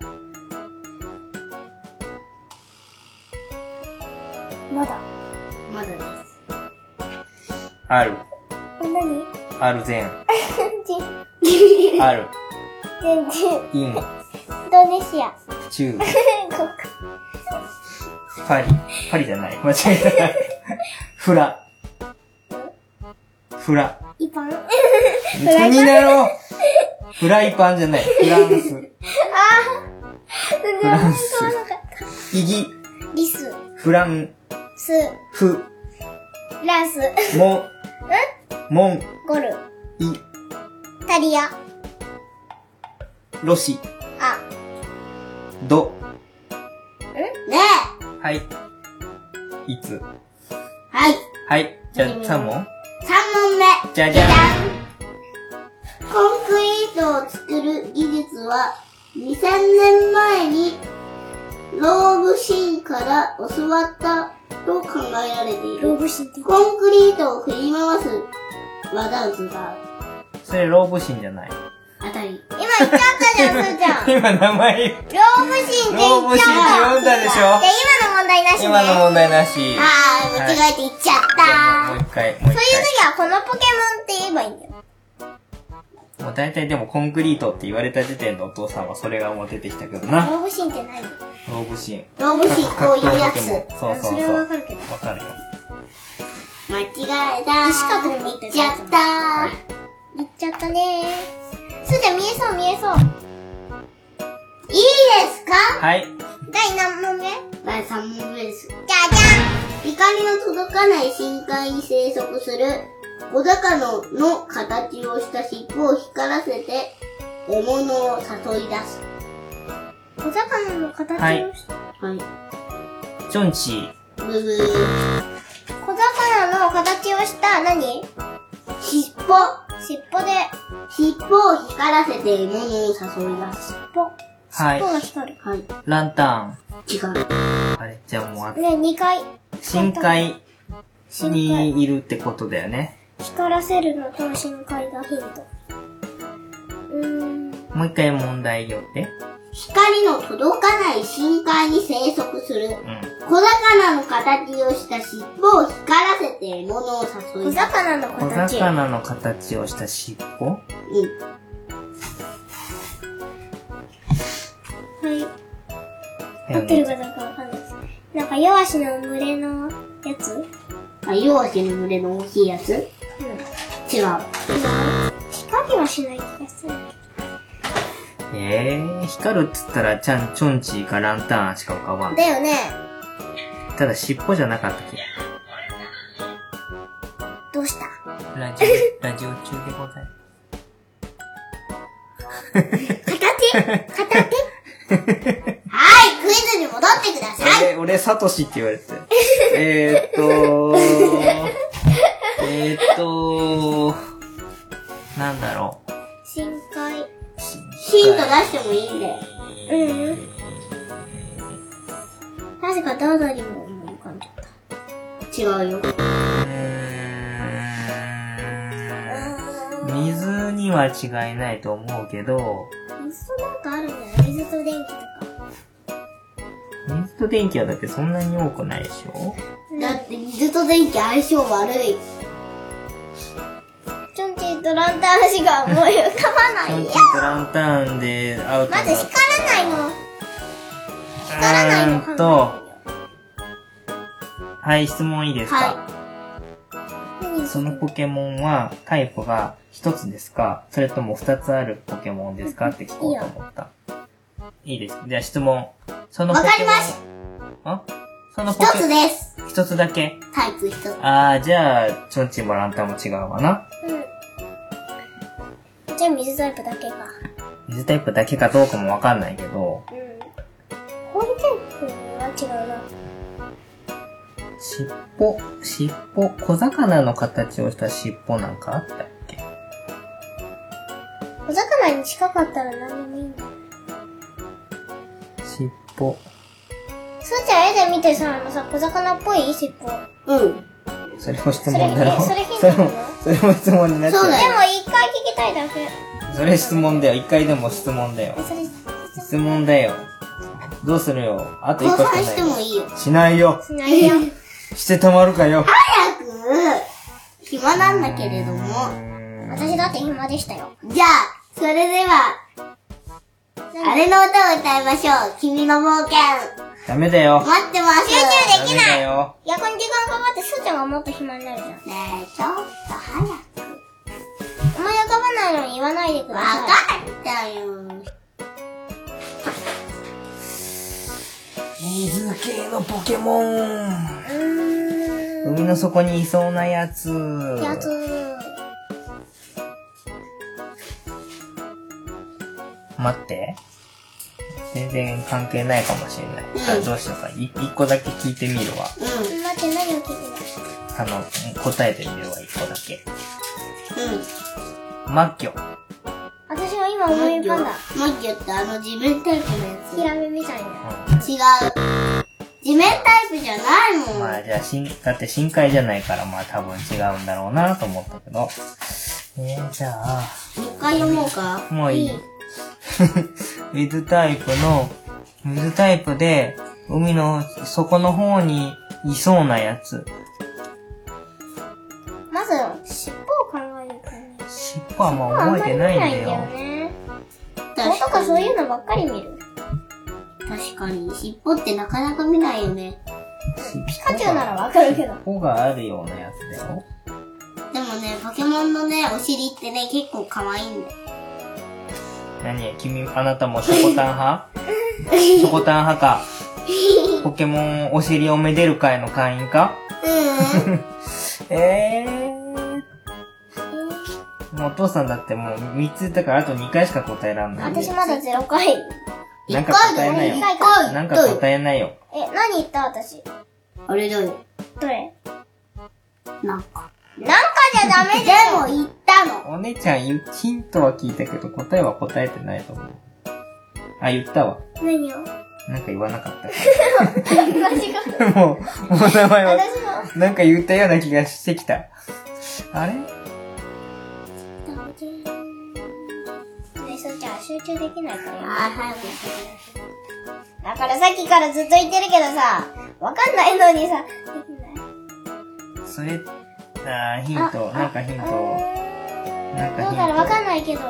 Speaker 2: まだ。
Speaker 1: まだです。
Speaker 3: ある。
Speaker 2: 何
Speaker 3: ある全。
Speaker 2: 全
Speaker 3: ある。
Speaker 2: 全然。
Speaker 3: イ
Speaker 2: イ
Speaker 3: ン。
Speaker 2: ンドネ シア。
Speaker 3: 中国。
Speaker 2: 韓
Speaker 3: パリ。パリじゃない。間違えた。フラ。フラ。
Speaker 2: 国。一 般。あ
Speaker 3: 何だろうフライパンじゃない。フランス。
Speaker 2: ー。
Speaker 3: フランス
Speaker 2: 本当はなんかった
Speaker 3: イギ。
Speaker 2: リス。
Speaker 3: フラン。
Speaker 2: ス。
Speaker 3: フ。
Speaker 2: ラス。
Speaker 3: モン。モン。
Speaker 2: ゴル。
Speaker 3: イ。
Speaker 2: タリア。
Speaker 3: ロシ。
Speaker 2: あ。
Speaker 3: ド。
Speaker 1: ねえ。
Speaker 3: はい。いつ。
Speaker 1: はい。
Speaker 3: はい。じゃあ、3問
Speaker 1: 3
Speaker 3: じゃじゃん
Speaker 1: コンクリートを作る技術は2000年前にローブシーンから教わったと考えられてい
Speaker 2: ロ
Speaker 1: る。
Speaker 2: ブシンって言っ
Speaker 1: コンクリートを振り回す技術が
Speaker 3: それ、老婦心じゃない。
Speaker 1: 当たり。今言っちゃったじゃん、すーちゃん。
Speaker 3: 今、名前言って、
Speaker 1: ローブシーンって
Speaker 3: 老
Speaker 1: 言
Speaker 3: 婦
Speaker 1: っち
Speaker 3: 心っ
Speaker 1: ゃ
Speaker 3: て
Speaker 1: った。
Speaker 3: 読んだでしょ
Speaker 1: で、今の問題なしね。
Speaker 3: 今の問題なし。
Speaker 1: あー、間違えて言っちゃった。
Speaker 3: もう一回、もう一
Speaker 1: そういう時はこのポケモンって言えばいいんだよ。
Speaker 3: 回。もう大体でもコンクリートって言われた時点でお父さんはそれがもう出てきたけどな。
Speaker 1: ローブシーンって何
Speaker 3: 老婦心。
Speaker 1: ローブシーンこういうやつ。
Speaker 3: そうそうそう。
Speaker 1: それはわかるけど。
Speaker 3: わかるよ。
Speaker 1: 間違えた。
Speaker 2: 西方でも言って
Speaker 1: 言ったちゃった。
Speaker 2: 言っちゃったね
Speaker 1: すーちゃん見えそう見えそう。いいですか
Speaker 3: はい。
Speaker 1: 第何問目第3問目です。
Speaker 2: じゃじゃん
Speaker 1: 光の届かない深海に生息する小魚の形をした尻尾を光らせて獲物を誘い出す。
Speaker 2: 小魚の形を、
Speaker 3: はい
Speaker 1: はい。
Speaker 3: チョンチー。
Speaker 1: ブブー。
Speaker 2: 小魚の形をした何
Speaker 1: 尻尾。
Speaker 2: 尻尾で
Speaker 1: 尻尾を光らせて獲物を誘い出す。
Speaker 3: はい
Speaker 2: 尻尾。が光る
Speaker 1: はい。
Speaker 3: ランタ
Speaker 1: 違う。
Speaker 3: ン。あれ、じゃあもうあ、
Speaker 2: ね2回
Speaker 3: 深海にいるってことだよね。
Speaker 2: 光らせるのと深海がヒントうーん
Speaker 3: もう一回問題よって。
Speaker 1: 光の届かない深海に生息する
Speaker 3: うん。
Speaker 1: 小魚の形をした尻尾を光らせて獲物を誘
Speaker 2: 小
Speaker 1: い出す。
Speaker 2: 魚の
Speaker 3: 小
Speaker 2: 形
Speaker 3: 魚の形をした尻尾
Speaker 1: うん。
Speaker 2: はい
Speaker 3: だ
Speaker 2: 合っ
Speaker 3: よ
Speaker 2: てる
Speaker 3: ね
Speaker 2: かどうかわかんないです。なんか、弱しの群れのやつうん。
Speaker 1: あ、要はの群れの大きいやつ違う。
Speaker 2: 光はしない気がする。
Speaker 3: えー、光るっつったら、ちゃん、チョンチーかランタンしか浮かばん。
Speaker 2: だよね。
Speaker 3: ただ尻尾じゃなかったっけ
Speaker 2: どうした
Speaker 3: ラジオ、ラジオ中でございます。
Speaker 2: 形 形
Speaker 1: はい、クイズに戻ってください。
Speaker 3: 俺、俺、サトシって言われてたよ。えーっとえーっとなんだろう。
Speaker 2: 深海。
Speaker 1: ヒント出してもいいんだよ。
Speaker 2: うん。なぜかダウダリも思い浮かんじゃった。
Speaker 1: 違うよ。
Speaker 3: うーん水には違いないと思うけど、
Speaker 2: 水となんかあるんだよ。水と電気とか。
Speaker 3: 水と電気はだってそんなに多くないでしょ
Speaker 1: だって水と電気相性悪い。
Speaker 2: ちょんちんとランタンしか思い浮かばな
Speaker 3: ち
Speaker 2: い。
Speaker 3: ょん
Speaker 2: い
Speaker 3: ち
Speaker 2: や
Speaker 3: んとランタンでアウト
Speaker 2: まず光らないの。
Speaker 3: 光
Speaker 2: 光らないの
Speaker 3: ん
Speaker 2: 考
Speaker 3: と、はい、質問いいですか、
Speaker 1: は
Speaker 2: えてみよう。
Speaker 3: そのポケモンはタイプが一つですかそれとも二つあるポケモンですかって聞こうと思った。いいです。じゃあ質問。その
Speaker 1: わかります
Speaker 3: あそのポケ
Speaker 1: 一つです。
Speaker 3: 一つだけ
Speaker 1: タイプ一つ。
Speaker 3: あー、じゃあ、チョンチンもランタンも違うわな。
Speaker 2: うん。じゃあ水タイプだけか。
Speaker 3: 水タイプだけかどうかもわかんないけど、
Speaker 2: うん。氷タイプは違うな。
Speaker 3: 尻尾、尻尾、小魚の形をした尻尾なんかあったっけ
Speaker 2: お魚に近かったら何でもいいんだよ。
Speaker 3: 尻尾。
Speaker 2: すーちゃん絵で見てさ、あのさ、小魚っぽい尻尾。
Speaker 1: うん。
Speaker 3: それも質問だろ
Speaker 2: それそれヒントなの
Speaker 3: それもそれも質問になっち
Speaker 1: そうだ
Speaker 3: ゃ
Speaker 1: よ
Speaker 2: でも一回聞きたいだけ。
Speaker 3: う。それ質問だよ。一回でも質問だよ
Speaker 2: え。それ、
Speaker 3: 質問だよ。どうするよ。あと一
Speaker 1: 交
Speaker 3: 個し
Speaker 1: 換
Speaker 3: か
Speaker 1: して
Speaker 3: な
Speaker 1: もいいよ。
Speaker 3: い。しないよ。
Speaker 2: しない よ。
Speaker 3: してたまるかよ。
Speaker 1: 早く、暇なんだけれども。
Speaker 2: 私だって暇でしたよ。
Speaker 1: じゃあ、それでは、あれの歌を歌いましょう。君の冒険。
Speaker 3: ダメだよ。
Speaker 1: 待ってます。集中
Speaker 3: ダメだよ。
Speaker 2: 逆に時間かかってすーちゃんがもっと暇になるじゃん。
Speaker 1: ねえ、ちょっと早く。
Speaker 2: 思い浮かばないのに言わないでくだ
Speaker 1: わ
Speaker 2: さい。
Speaker 1: かったよ。
Speaker 3: 水系のポケモン。
Speaker 2: うーん。
Speaker 3: 海の底にいそうなやつ。
Speaker 2: やつ。
Speaker 3: 待って。全然関係ないかもしれない。
Speaker 1: うん
Speaker 3: あどうしようか。い一個だけ聞いてみるわ。
Speaker 1: うん。
Speaker 2: 待って、何を聞いてる
Speaker 3: あの、答えてみるわ、一個だけ。
Speaker 1: うん。
Speaker 3: マッキョ。
Speaker 2: 私も今思い浮かんだ。
Speaker 1: マッキョってあの地面タイプのやつ。
Speaker 2: ひらめみたいな。
Speaker 3: う
Speaker 1: 違う。地面タイプじゃないもん。
Speaker 3: んまあじゃあ、深だって深海じゃないから、まあ多分違うんだろうなと思ったけど。えー、じゃあ、
Speaker 1: もう一回読もうか。
Speaker 3: もう いい。ウィズタイプの、ウィズタイプで、海の底の方にいそうなやつ。
Speaker 2: まず、尻尾を考えるからね。
Speaker 3: 尻尾はまあ
Speaker 2: あんま
Speaker 3: 覚え
Speaker 2: り
Speaker 3: て
Speaker 2: 見
Speaker 3: ないん
Speaker 2: ない
Speaker 3: だ
Speaker 2: んだよ
Speaker 3: よ。
Speaker 2: ね。顔
Speaker 1: 確
Speaker 2: とか
Speaker 1: か
Speaker 2: そう
Speaker 1: に。
Speaker 2: いうのばっかり見る。
Speaker 1: 確かに。尻尾ってなかなか見ないよね。
Speaker 2: ピカチュウならわかるけど。
Speaker 3: 尾があるようなやつだよ。
Speaker 1: でもね、ポケモンのね、お尻ってね、結構可愛いんだよ。
Speaker 3: 何君、あなたもショコタン派ショコタン派か。ポケモンお尻をめでる会の会員か えー。もうお父さんだってもう3つだからあと2回しか答えらんないんで。
Speaker 2: 私まだ0回。
Speaker 3: なんか答えないよ
Speaker 1: 一。回
Speaker 3: なんか
Speaker 1: だよ一回
Speaker 3: 答えないよ。
Speaker 2: え、何言った私。
Speaker 1: あれだよ。
Speaker 2: どれ
Speaker 1: なんか。
Speaker 2: なんかじゃダメでも言ったの。
Speaker 3: お姉ちゃん言う、ヒントは聞いたけど答えは答えてないと思う。あ、言ったわ。
Speaker 2: 何を
Speaker 3: なんか言わなかったか
Speaker 2: 私が。
Speaker 3: ら。もう、もう名前は、
Speaker 2: 私の。
Speaker 3: なんか言ったような気がしてきた。あれ
Speaker 2: ね、そうちゃん集中できないから
Speaker 1: あー、
Speaker 2: 今
Speaker 1: 早く行
Speaker 2: だからさっきからずっと言ってるけどさ、わかんないのにさ、できない。
Speaker 3: それ、あーヒント、なんかヒント、なんかヒント。
Speaker 2: どうだろうわかんないけど、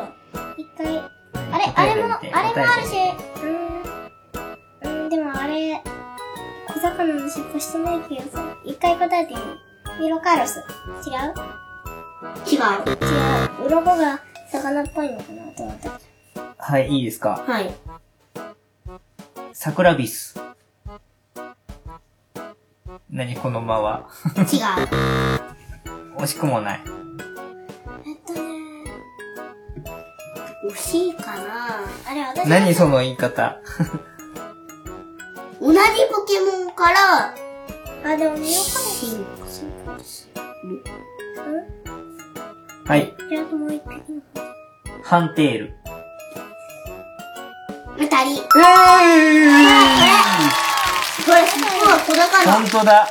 Speaker 2: 一回。あれ、あ
Speaker 3: 答え
Speaker 2: れ
Speaker 3: て
Speaker 2: も、
Speaker 3: み
Speaker 2: あ
Speaker 3: て
Speaker 2: れもあるし
Speaker 3: 答えてみて、
Speaker 2: うーん、うーん、でもあれ、小魚の尻尾してない気がする。一回答えてみる。ミロカロス。違う
Speaker 1: く。違う。
Speaker 2: 違う。鱗が魚っぽいのかなと思った。
Speaker 3: はい、いいですか。
Speaker 1: はい。
Speaker 3: 桜ビス。何この間は。
Speaker 1: 違う。
Speaker 3: 惜しくもない。
Speaker 2: えっとね、
Speaker 1: 惜しいかな
Speaker 2: あれ私が
Speaker 3: 何その言い方。
Speaker 1: 同じポケモンから、
Speaker 2: あ、でもミロ
Speaker 1: 進化。
Speaker 2: カロス。
Speaker 3: はい。
Speaker 2: うんじゃあともう一回。
Speaker 3: ハンテール。
Speaker 1: 当たり。
Speaker 3: え
Speaker 1: これ、尻尾は小
Speaker 3: ー、
Speaker 1: 魚。
Speaker 3: 本当だ。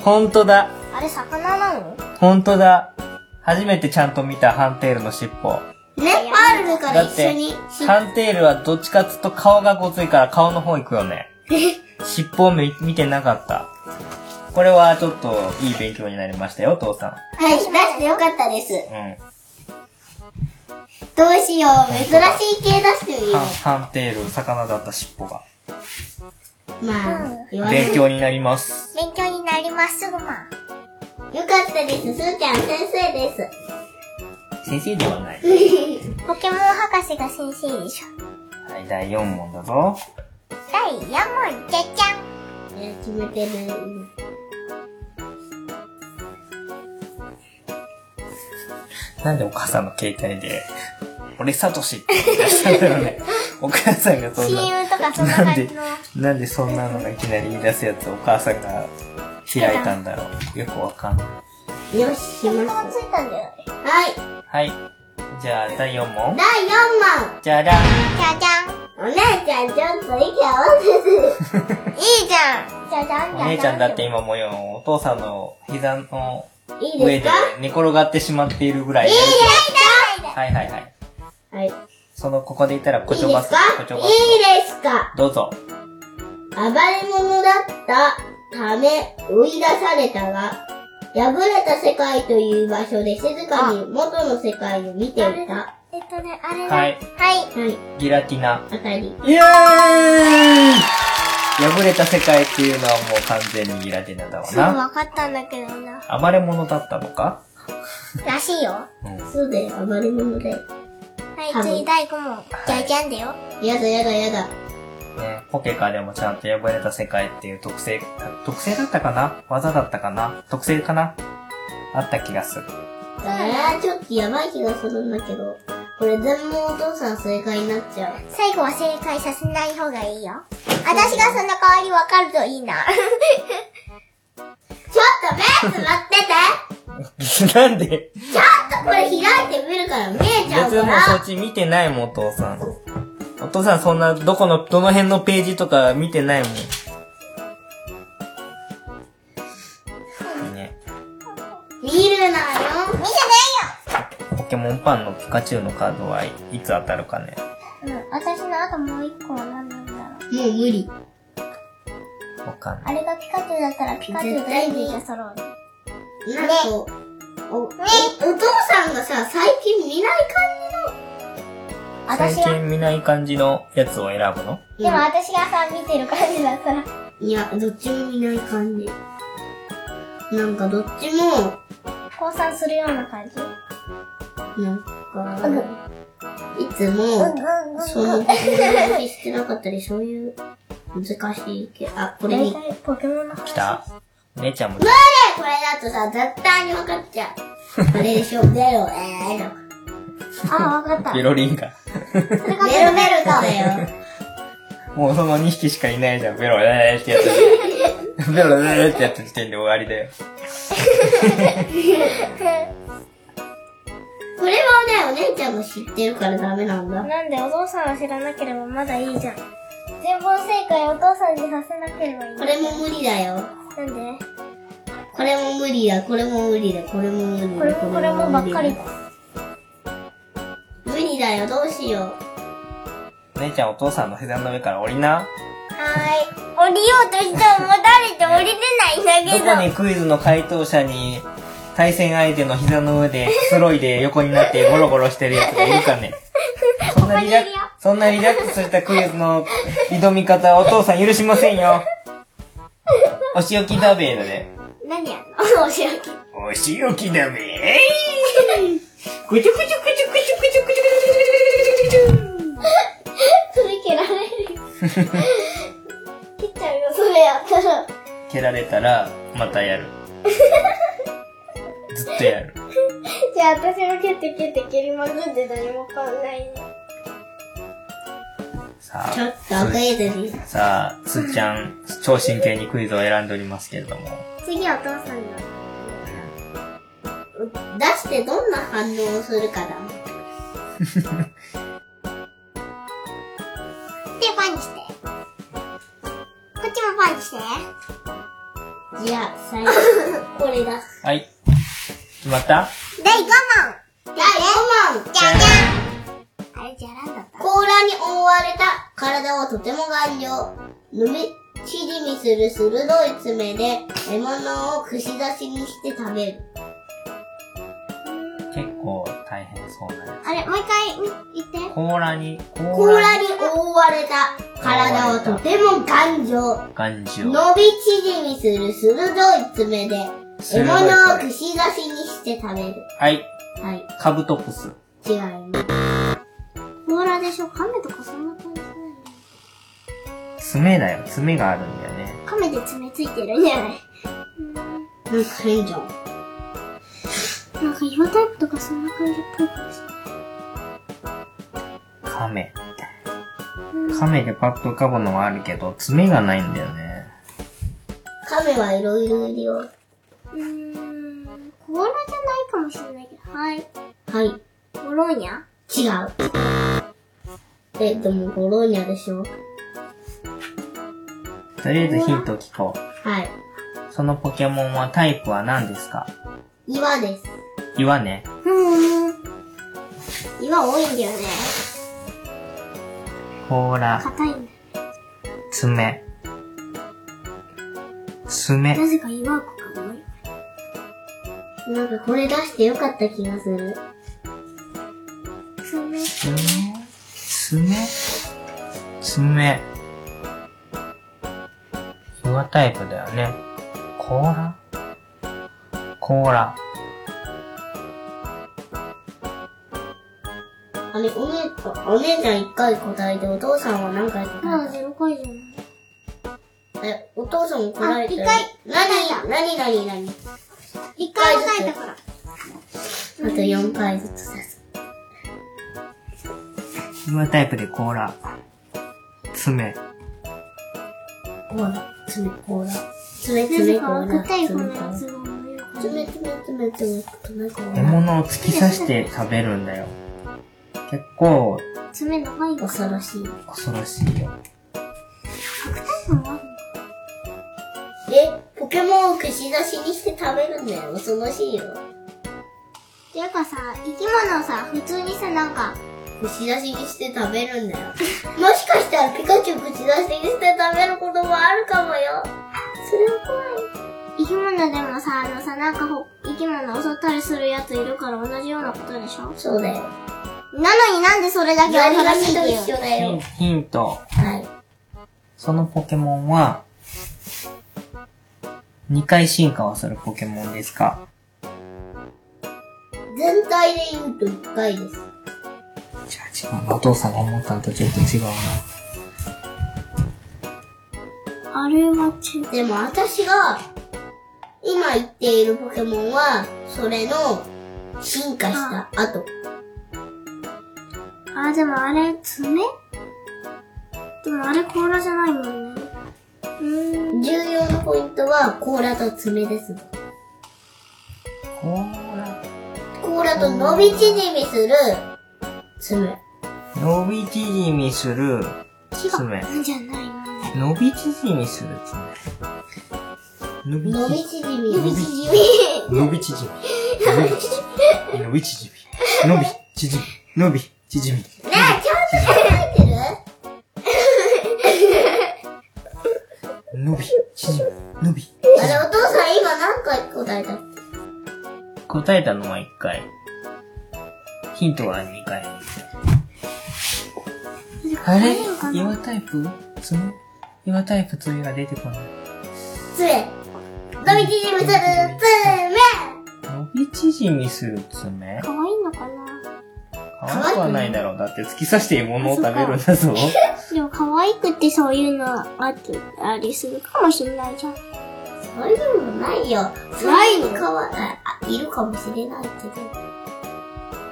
Speaker 3: 本当だ。
Speaker 2: あれ、魚なの
Speaker 3: 本当だ。初めてちゃんと見たハンテールの尻尾。
Speaker 1: ね、パールだから
Speaker 3: だっ
Speaker 1: 一緒
Speaker 3: て
Speaker 1: に、尻
Speaker 3: ハンテールはどっちかっつうと顔がごついから顔の方行くよね。尻尾を見見てなかった。これはちょっといい勉強になりましたよ、お父さ
Speaker 1: はい、出してよかったです。
Speaker 3: ん。うん。
Speaker 1: どうしよう、珍しい系出してみよ
Speaker 3: ハンハンテール、魚だった尻尾が。
Speaker 1: う。まあ、言わない。
Speaker 3: 勉強になります。
Speaker 2: 勉強になります、すぐま
Speaker 1: よ
Speaker 2: あ。
Speaker 1: かったです。すーちゃん先生です。
Speaker 3: 先生ではない。
Speaker 2: ポケモン博士が先生でしょ。
Speaker 3: はい、第4問だぞ。
Speaker 2: 第4問、じゃじゃん。
Speaker 1: え決めてない。
Speaker 3: なんでお母さんの携帯で、俺サトシって言い出したんだろ うね。お母さんがそんな、
Speaker 2: CM とかそんな
Speaker 3: なん
Speaker 2: 感
Speaker 3: で
Speaker 2: じの。、
Speaker 3: なんでそんなのがいきなり言い出すやつをお母さんが開いたんだろう。よくわかんない。
Speaker 1: よし、決めま
Speaker 2: ついたんだよね。
Speaker 1: す。はい、
Speaker 3: はい。じゃあ、第4
Speaker 1: 第4問。
Speaker 3: 問。じゃらん。
Speaker 2: じゃじゃん。
Speaker 1: お姉ちゃんちょっと息合わせて。
Speaker 2: いいじゃん。じゃじゃん
Speaker 3: お姉ちゃんだって。今もうお父さんの膝の
Speaker 1: いいで
Speaker 3: 上
Speaker 1: す
Speaker 3: で
Speaker 1: か
Speaker 3: 寝転がってしまっているぐらい。はいはいはい。
Speaker 1: はい。いい
Speaker 3: その、ここで言ったら、こ
Speaker 1: ですかい
Speaker 3: ちょ
Speaker 1: い
Speaker 3: ばす。こちょばす。
Speaker 1: ですか
Speaker 3: どうぞ。
Speaker 1: 暴れ者だったため追い出されたが、破れた世界という場所で静かに元の世界を見ていた。は
Speaker 2: えっとね、あれだ。
Speaker 3: は
Speaker 2: はい
Speaker 3: い。
Speaker 1: い、
Speaker 3: ギラティナ。
Speaker 1: 当たり。
Speaker 3: イエーイ破れた世界っていうのはもう完全にギラティナだわ
Speaker 2: すぐ
Speaker 3: な。
Speaker 2: 分かったんだけどな。
Speaker 3: 暴れ者だったのから
Speaker 2: しいよ。は
Speaker 3: うん。は
Speaker 1: そうだよ、暴れ者だよ。多
Speaker 2: い、
Speaker 1: 分
Speaker 2: 次第5問。じゃじゃんだよ。
Speaker 1: やだやだやだ。
Speaker 3: ね、ポケカでもちゃんと破れた世界っていう特性、特性だったかな技だったかな特性かなあった気がする。
Speaker 1: あれちょっとやばい気がするんだけど、これ全問お父さん正解になっちゃう。
Speaker 2: 最後は正解させない方がいいよ。私がその代わり分かるとい いな。
Speaker 1: ちょっと目つぶってて
Speaker 3: なんで
Speaker 1: ちょっとこれ開いてみるから見えちゃう
Speaker 3: 別
Speaker 1: か
Speaker 3: にもうそ
Speaker 1: ら
Speaker 3: っち見てないもん、お父さん。お父さんそんな、どこの、どの辺のページとか見てないもん。ね、
Speaker 1: 見るなよ
Speaker 2: 見
Speaker 3: ポケモンパンのピカチュウのカードはいいつ当たるかね。
Speaker 2: うん、私のあともう一個は何なんだろう。
Speaker 1: もう無理
Speaker 3: わかんない。
Speaker 2: あれがピカチュウだったらピカチュウとエンディが揃う。
Speaker 1: なんかお、お、お父さんがさ、最近見ない感
Speaker 2: 私
Speaker 3: 最
Speaker 2: が、
Speaker 3: 近見ない感じのやつを選ぶの
Speaker 1: じ
Speaker 2: で
Speaker 1: の
Speaker 2: も私がさ、見てる感じだったら。
Speaker 1: いや、どっちも見ない感じ。なんかどっちも、
Speaker 2: 降参するような感じ。
Speaker 1: なん
Speaker 2: うん。う
Speaker 1: か
Speaker 2: ん、
Speaker 1: いつ
Speaker 2: うん
Speaker 1: も、そ
Speaker 2: うんう
Speaker 1: の
Speaker 2: ん。
Speaker 1: 話してなかったり、そういう、難しいけど、あ、これ
Speaker 2: 大
Speaker 1: に。
Speaker 2: 体ポケモンの話。
Speaker 3: 来たお姉ちゃんも、
Speaker 1: これだとさ、絶対に分かっちゃう。あれでしょ、ベロ、えー、
Speaker 2: あ、わかった。
Speaker 3: ピロリンが。
Speaker 2: それが
Speaker 1: ベロベロだよ。
Speaker 3: もうその2匹しかいないじゃん。ベロレーってやつ。ベロレーってやった時点で終わりだよ。
Speaker 1: これはね、お姉ちゃんが知ってるからダメなんだ。
Speaker 2: なんでお父さんは知らなければまだいいじゃん。全問正解をお父さんにさせなければいい。
Speaker 1: これも無理だよ。
Speaker 2: なんで
Speaker 1: これも無理だ、これも無理だ、これも無理だ。
Speaker 2: これもこれもばっかりだ。
Speaker 1: 無理だよ、どうしよ
Speaker 3: お姉ちゃんお父さんの膝の上から降りな。
Speaker 2: はーい。降りようとしてももたれて降りれないんだ
Speaker 3: ど
Speaker 2: けど。
Speaker 3: こにクイズの回答者に対戦相手の膝の上でくつろいで横になってゴロゴロしてるやつがいるかねそんなリラックそんなリラックスしたクイズの挑み方はお父さん許しませんよお仕置きだべーだね
Speaker 1: う。何やんのお仕置き。
Speaker 3: お仕置きだべえいくちゅくちゅくちゅくちゅくちゅくちゅくちゅくちゅくちゅくちゅくちゅくちゅく
Speaker 1: 取り切られるよ。切っちゃうよ、それやったら。
Speaker 3: 蹴られたらまたやるずっとやる
Speaker 1: じゃあ私も蹴って蹴って蹴りまくって何も変わんない。
Speaker 3: さあ
Speaker 1: ちょっとクイズに。
Speaker 3: さあ、つーちゃん、超真剣にクイズを選んでおりますけれども。
Speaker 1: 次はお父さんが。出してどんな反応をするかだ。
Speaker 2: で、パンチして。こっちもパンチして。
Speaker 1: じゃあ、最 初、これだ。
Speaker 3: はい。決まった
Speaker 2: 第5問。
Speaker 1: 第5問
Speaker 2: じゃじゃん。あれ、じゃらんだった。
Speaker 1: 甲羅に覆われた体はとても頑丈。ぬめ、ちりみする鋭い爪で獲物を串刺しにして食べる。
Speaker 3: 結構大変そうだね。
Speaker 2: あれ、もう一回言って。
Speaker 3: 甲羅に、甲
Speaker 1: 甲羅に覆われた体はとても頑丈。
Speaker 3: 頑丈。
Speaker 1: 伸び縮みする鋭い爪で獲
Speaker 3: 鋭い
Speaker 1: 物を串刺しにして食べる。
Speaker 3: はい。
Speaker 1: はい、
Speaker 3: カブトプス。
Speaker 1: 違います。
Speaker 2: 甲羅でしょ亀とかそんな感じないの
Speaker 3: 爪だよ。爪があるんだよね。
Speaker 2: 亀で爪ついてるんじゃない
Speaker 1: なんか変じゃん。
Speaker 2: なんか岩タイプとかそんな感じっぽいかもしれない。
Speaker 3: 亀。亀でパッと浮かぶのはあるけど、爪がないんだよね。
Speaker 1: 亀はいろいろいるよ。
Speaker 2: うーん、甲羅じゃないかもしれないけど。はい。
Speaker 1: はい、
Speaker 2: ボローニャ
Speaker 1: 違う。え、でもボローニャでしょ
Speaker 3: とりあえずヒントを聞こ
Speaker 1: はい。
Speaker 3: う。そのポケモンはタイプは何ですか
Speaker 1: 岩です。
Speaker 3: 岩ね。
Speaker 2: うーん、
Speaker 1: 岩多いんだよね。
Speaker 3: 甲羅、
Speaker 2: 硬いんだ。
Speaker 3: 爪。爪。
Speaker 2: なぜか岩子かも。
Speaker 1: なんかこれ出してよかった気がする。
Speaker 2: 爪。
Speaker 3: 爪爪爪岩タイプだよね甲羅甲羅
Speaker 1: あれ、お姉ちゃん、お姉ちゃん一回答えて、お父さんは何回
Speaker 2: まだ
Speaker 1: 答え
Speaker 2: 0回じゃない。
Speaker 1: たえ、お父さんも答えてる。
Speaker 2: あ一回
Speaker 1: 何何何何
Speaker 2: 一
Speaker 1: 回
Speaker 2: 回
Speaker 1: 答え
Speaker 2: 答え
Speaker 1: た
Speaker 2: た
Speaker 1: か
Speaker 2: から。
Speaker 1: あと四回ずつ出す。
Speaker 3: 岩タイプで甲羅爪
Speaker 1: コーラ、爪コーラ。爪、
Speaker 2: なぜ
Speaker 1: 爪コ
Speaker 2: か
Speaker 1: ーラ。
Speaker 2: 硬い方
Speaker 1: 爪コ
Speaker 2: のや
Speaker 1: ー
Speaker 2: つが思い浮かつめつめつめつめつめつ
Speaker 3: 獲
Speaker 2: め。
Speaker 3: 物を突き刺して食べるんだよ。結構
Speaker 2: 爪長いの恐ろしい。
Speaker 3: 恐ろしいよ。
Speaker 1: え、ポケモンを串刺しにして食べるんだよ。恐ろしいよ。
Speaker 2: ていうかさ、生き物をさ、普通にさ、なんか、
Speaker 1: 串刺しにして食べるんだよ。もしかしたらピカチュウ串刺しにして食べることもあるかもよ。それは怖い。
Speaker 2: 生き物でもさ、あのさ、なんかほ、生き物を襲ったりするやついるから同じようなことでしょ
Speaker 1: そうだよ。
Speaker 2: なのになんでそれだけ
Speaker 1: ザリガ
Speaker 2: 新し
Speaker 1: ニ
Speaker 2: い
Speaker 1: と
Speaker 2: っ
Speaker 1: 一
Speaker 2: てい
Speaker 1: 緒
Speaker 2: う
Speaker 1: だ
Speaker 3: ヒン
Speaker 1: よ。
Speaker 3: ヒント。
Speaker 1: はい。
Speaker 3: そのポケモンは、2回進化をするポケモンですか
Speaker 1: 全体で言うと1回です。
Speaker 3: じゃあ違うな。お父さんが思ったのとちょっと違うな。
Speaker 2: あれはち、
Speaker 1: でも私が今言っているポケモンは、それの進化した後。
Speaker 2: あ、でもあれ、爪でもあれ甲羅じゃないもんね。うーん。
Speaker 1: 重要なポイントは甲羅と爪です。
Speaker 3: ほー
Speaker 1: 甲羅と伸び縮みする爪。
Speaker 3: ら。伸び縮みする爪。
Speaker 2: じゃないもんね。
Speaker 3: 伸び縮みする爪。伸び
Speaker 1: 伸
Speaker 3: 縮
Speaker 1: び
Speaker 3: み。
Speaker 1: 縮み。伸び縮
Speaker 3: 伸び縮み。伸び縮み。伸び縮み。伸び縮み。伸び縮
Speaker 1: み。
Speaker 3: み。
Speaker 1: ねえ、ちゃんと考えてる
Speaker 3: 伸び縮み。伸び。
Speaker 1: あれ、お父さん今何回答えた
Speaker 3: 答えたのは1回。ヒントは2回。あれ岩タイプ爪岩タイプ爪が出てこない。
Speaker 1: 爪。伸び縮みする爪
Speaker 3: 伸び縮みする爪
Speaker 2: かわいいのかな
Speaker 3: 可愛くはないだろう。だって突き刺して獲物を食べるんだぞ。
Speaker 2: でも可愛くってそういうのあって、ありするかもしんないじゃん。
Speaker 1: そういうのないよ。
Speaker 2: ないの
Speaker 1: そんにかわあ、あいるかもしれないけど。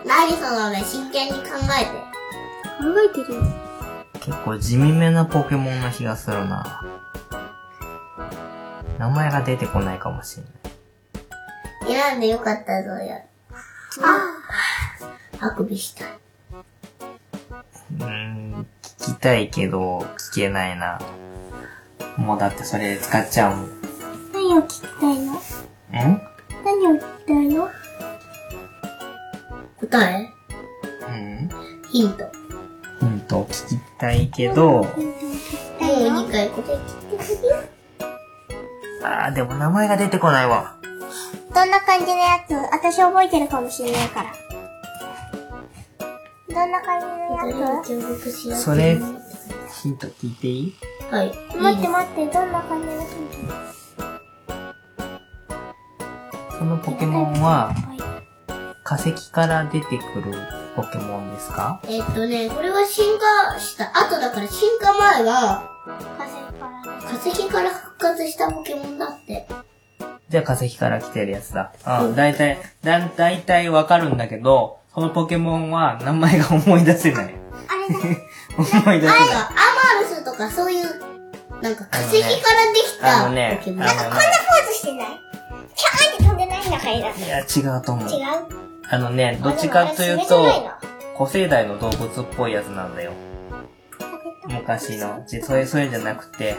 Speaker 1: 何そのね、真剣に考えて。
Speaker 2: 考えてるよ。
Speaker 3: 結構地味めなポケモンな気がするな。名前が出てこないかもしれない。
Speaker 1: 選んでよかったぞよ。あくびした。
Speaker 3: うーん、聞きたいけど、聞けないな。もうだってそれ使っちゃうもん。
Speaker 2: 何を聞きたいの
Speaker 3: ん
Speaker 2: 何を聞きたいの
Speaker 1: 答え
Speaker 3: うん
Speaker 1: ヒント。も
Speaker 3: ヒント聞きたいけど、
Speaker 1: う2回答え
Speaker 3: あーでも名前が出てこないわ。
Speaker 2: どんな感じのやつ私覚えてるかもしれないから。どんな感じのやつ
Speaker 1: 注目し
Speaker 3: それ、ヒント聞いていい
Speaker 1: はい。
Speaker 2: 待って
Speaker 1: いい
Speaker 2: 待って、どんな感じのやつ
Speaker 3: そのポケモン
Speaker 2: は
Speaker 3: は化石から出てくるポケモンですか
Speaker 1: えっとね、これは進化した後だから、進化前は、
Speaker 2: い。風から。
Speaker 1: 化石から復活したポケモンだって。
Speaker 3: じゃあ化石から来てるやつだ。うん、だいたい、だ、だいたいわかるんだけど、そのポケモンは名前が思い出せない。
Speaker 2: あ れだ。
Speaker 3: 思い出せない
Speaker 1: なん。か、アマルスとかそういう、なんか化石からでき
Speaker 3: あ
Speaker 1: た
Speaker 3: のね
Speaker 1: ポケ、モン。
Speaker 3: あのね、
Speaker 2: ポーズしてないキャーって飛んでないんだから。
Speaker 3: いや、違うと思う。
Speaker 2: 違う
Speaker 3: あのね、どっちかという
Speaker 2: あでもあれ爪じゃない
Speaker 3: と
Speaker 2: の、
Speaker 3: 古生代の動物っぽいやつなんだよ。昔の。じそれ、それじゃなくて、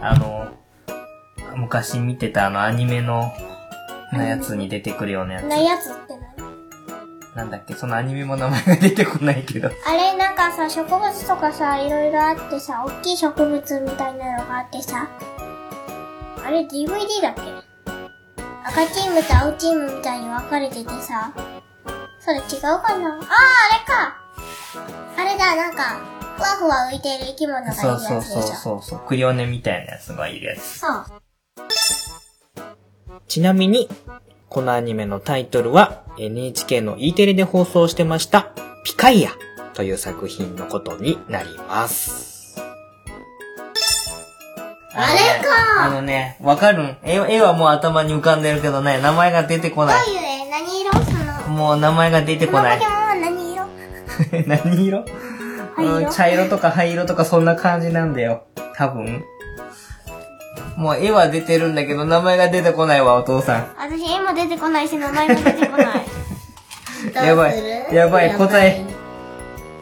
Speaker 3: あの、昔見てたあのアニメの、のやつに出てくるようなや
Speaker 2: な
Speaker 3: つ。
Speaker 2: やつって何
Speaker 3: なんだっけ、そのアニメも名前が出てこないけど。
Speaker 2: あれなんかさ、植物とかさ、いろいろあってさ、大きい植物みたいなのがあってさ、あれ DVD だっけ赤チームと青チームみたいに分かれててさ、それ違うかなあー、あれかあれだ、なんか、ふわふわ浮いてる生き物がいるやつでし
Speaker 3: そ
Speaker 2: ょ。
Speaker 3: うそうそうそうそう。クリオネみたいなやつがいるやつ。
Speaker 2: そう
Speaker 3: ちなみに、このアニメのタイトルは NHK の E テレで放送してました、ピカイアという作品のことになります。
Speaker 1: あれか
Speaker 3: あのね、わかるん絵絵はもう頭に浮かんでるけどね、名前が出てこな
Speaker 2: どういう絵何色その、
Speaker 3: い。もう名前が出て
Speaker 2: こ
Speaker 3: こ
Speaker 2: のポ
Speaker 3: な
Speaker 2: ケ
Speaker 3: い
Speaker 2: モ。ンは何色
Speaker 3: 何色
Speaker 2: 灰色
Speaker 3: うん茶色とか灰色とかそんな感じなんだよ。多分。もう絵は出てるんだけど、名前が出てこないわ、お父さん。
Speaker 2: 私今出てこないし名前も出てこ ない
Speaker 3: やば
Speaker 1: どうす
Speaker 3: い、
Speaker 1: る
Speaker 3: やばい、答
Speaker 1: や
Speaker 3: え。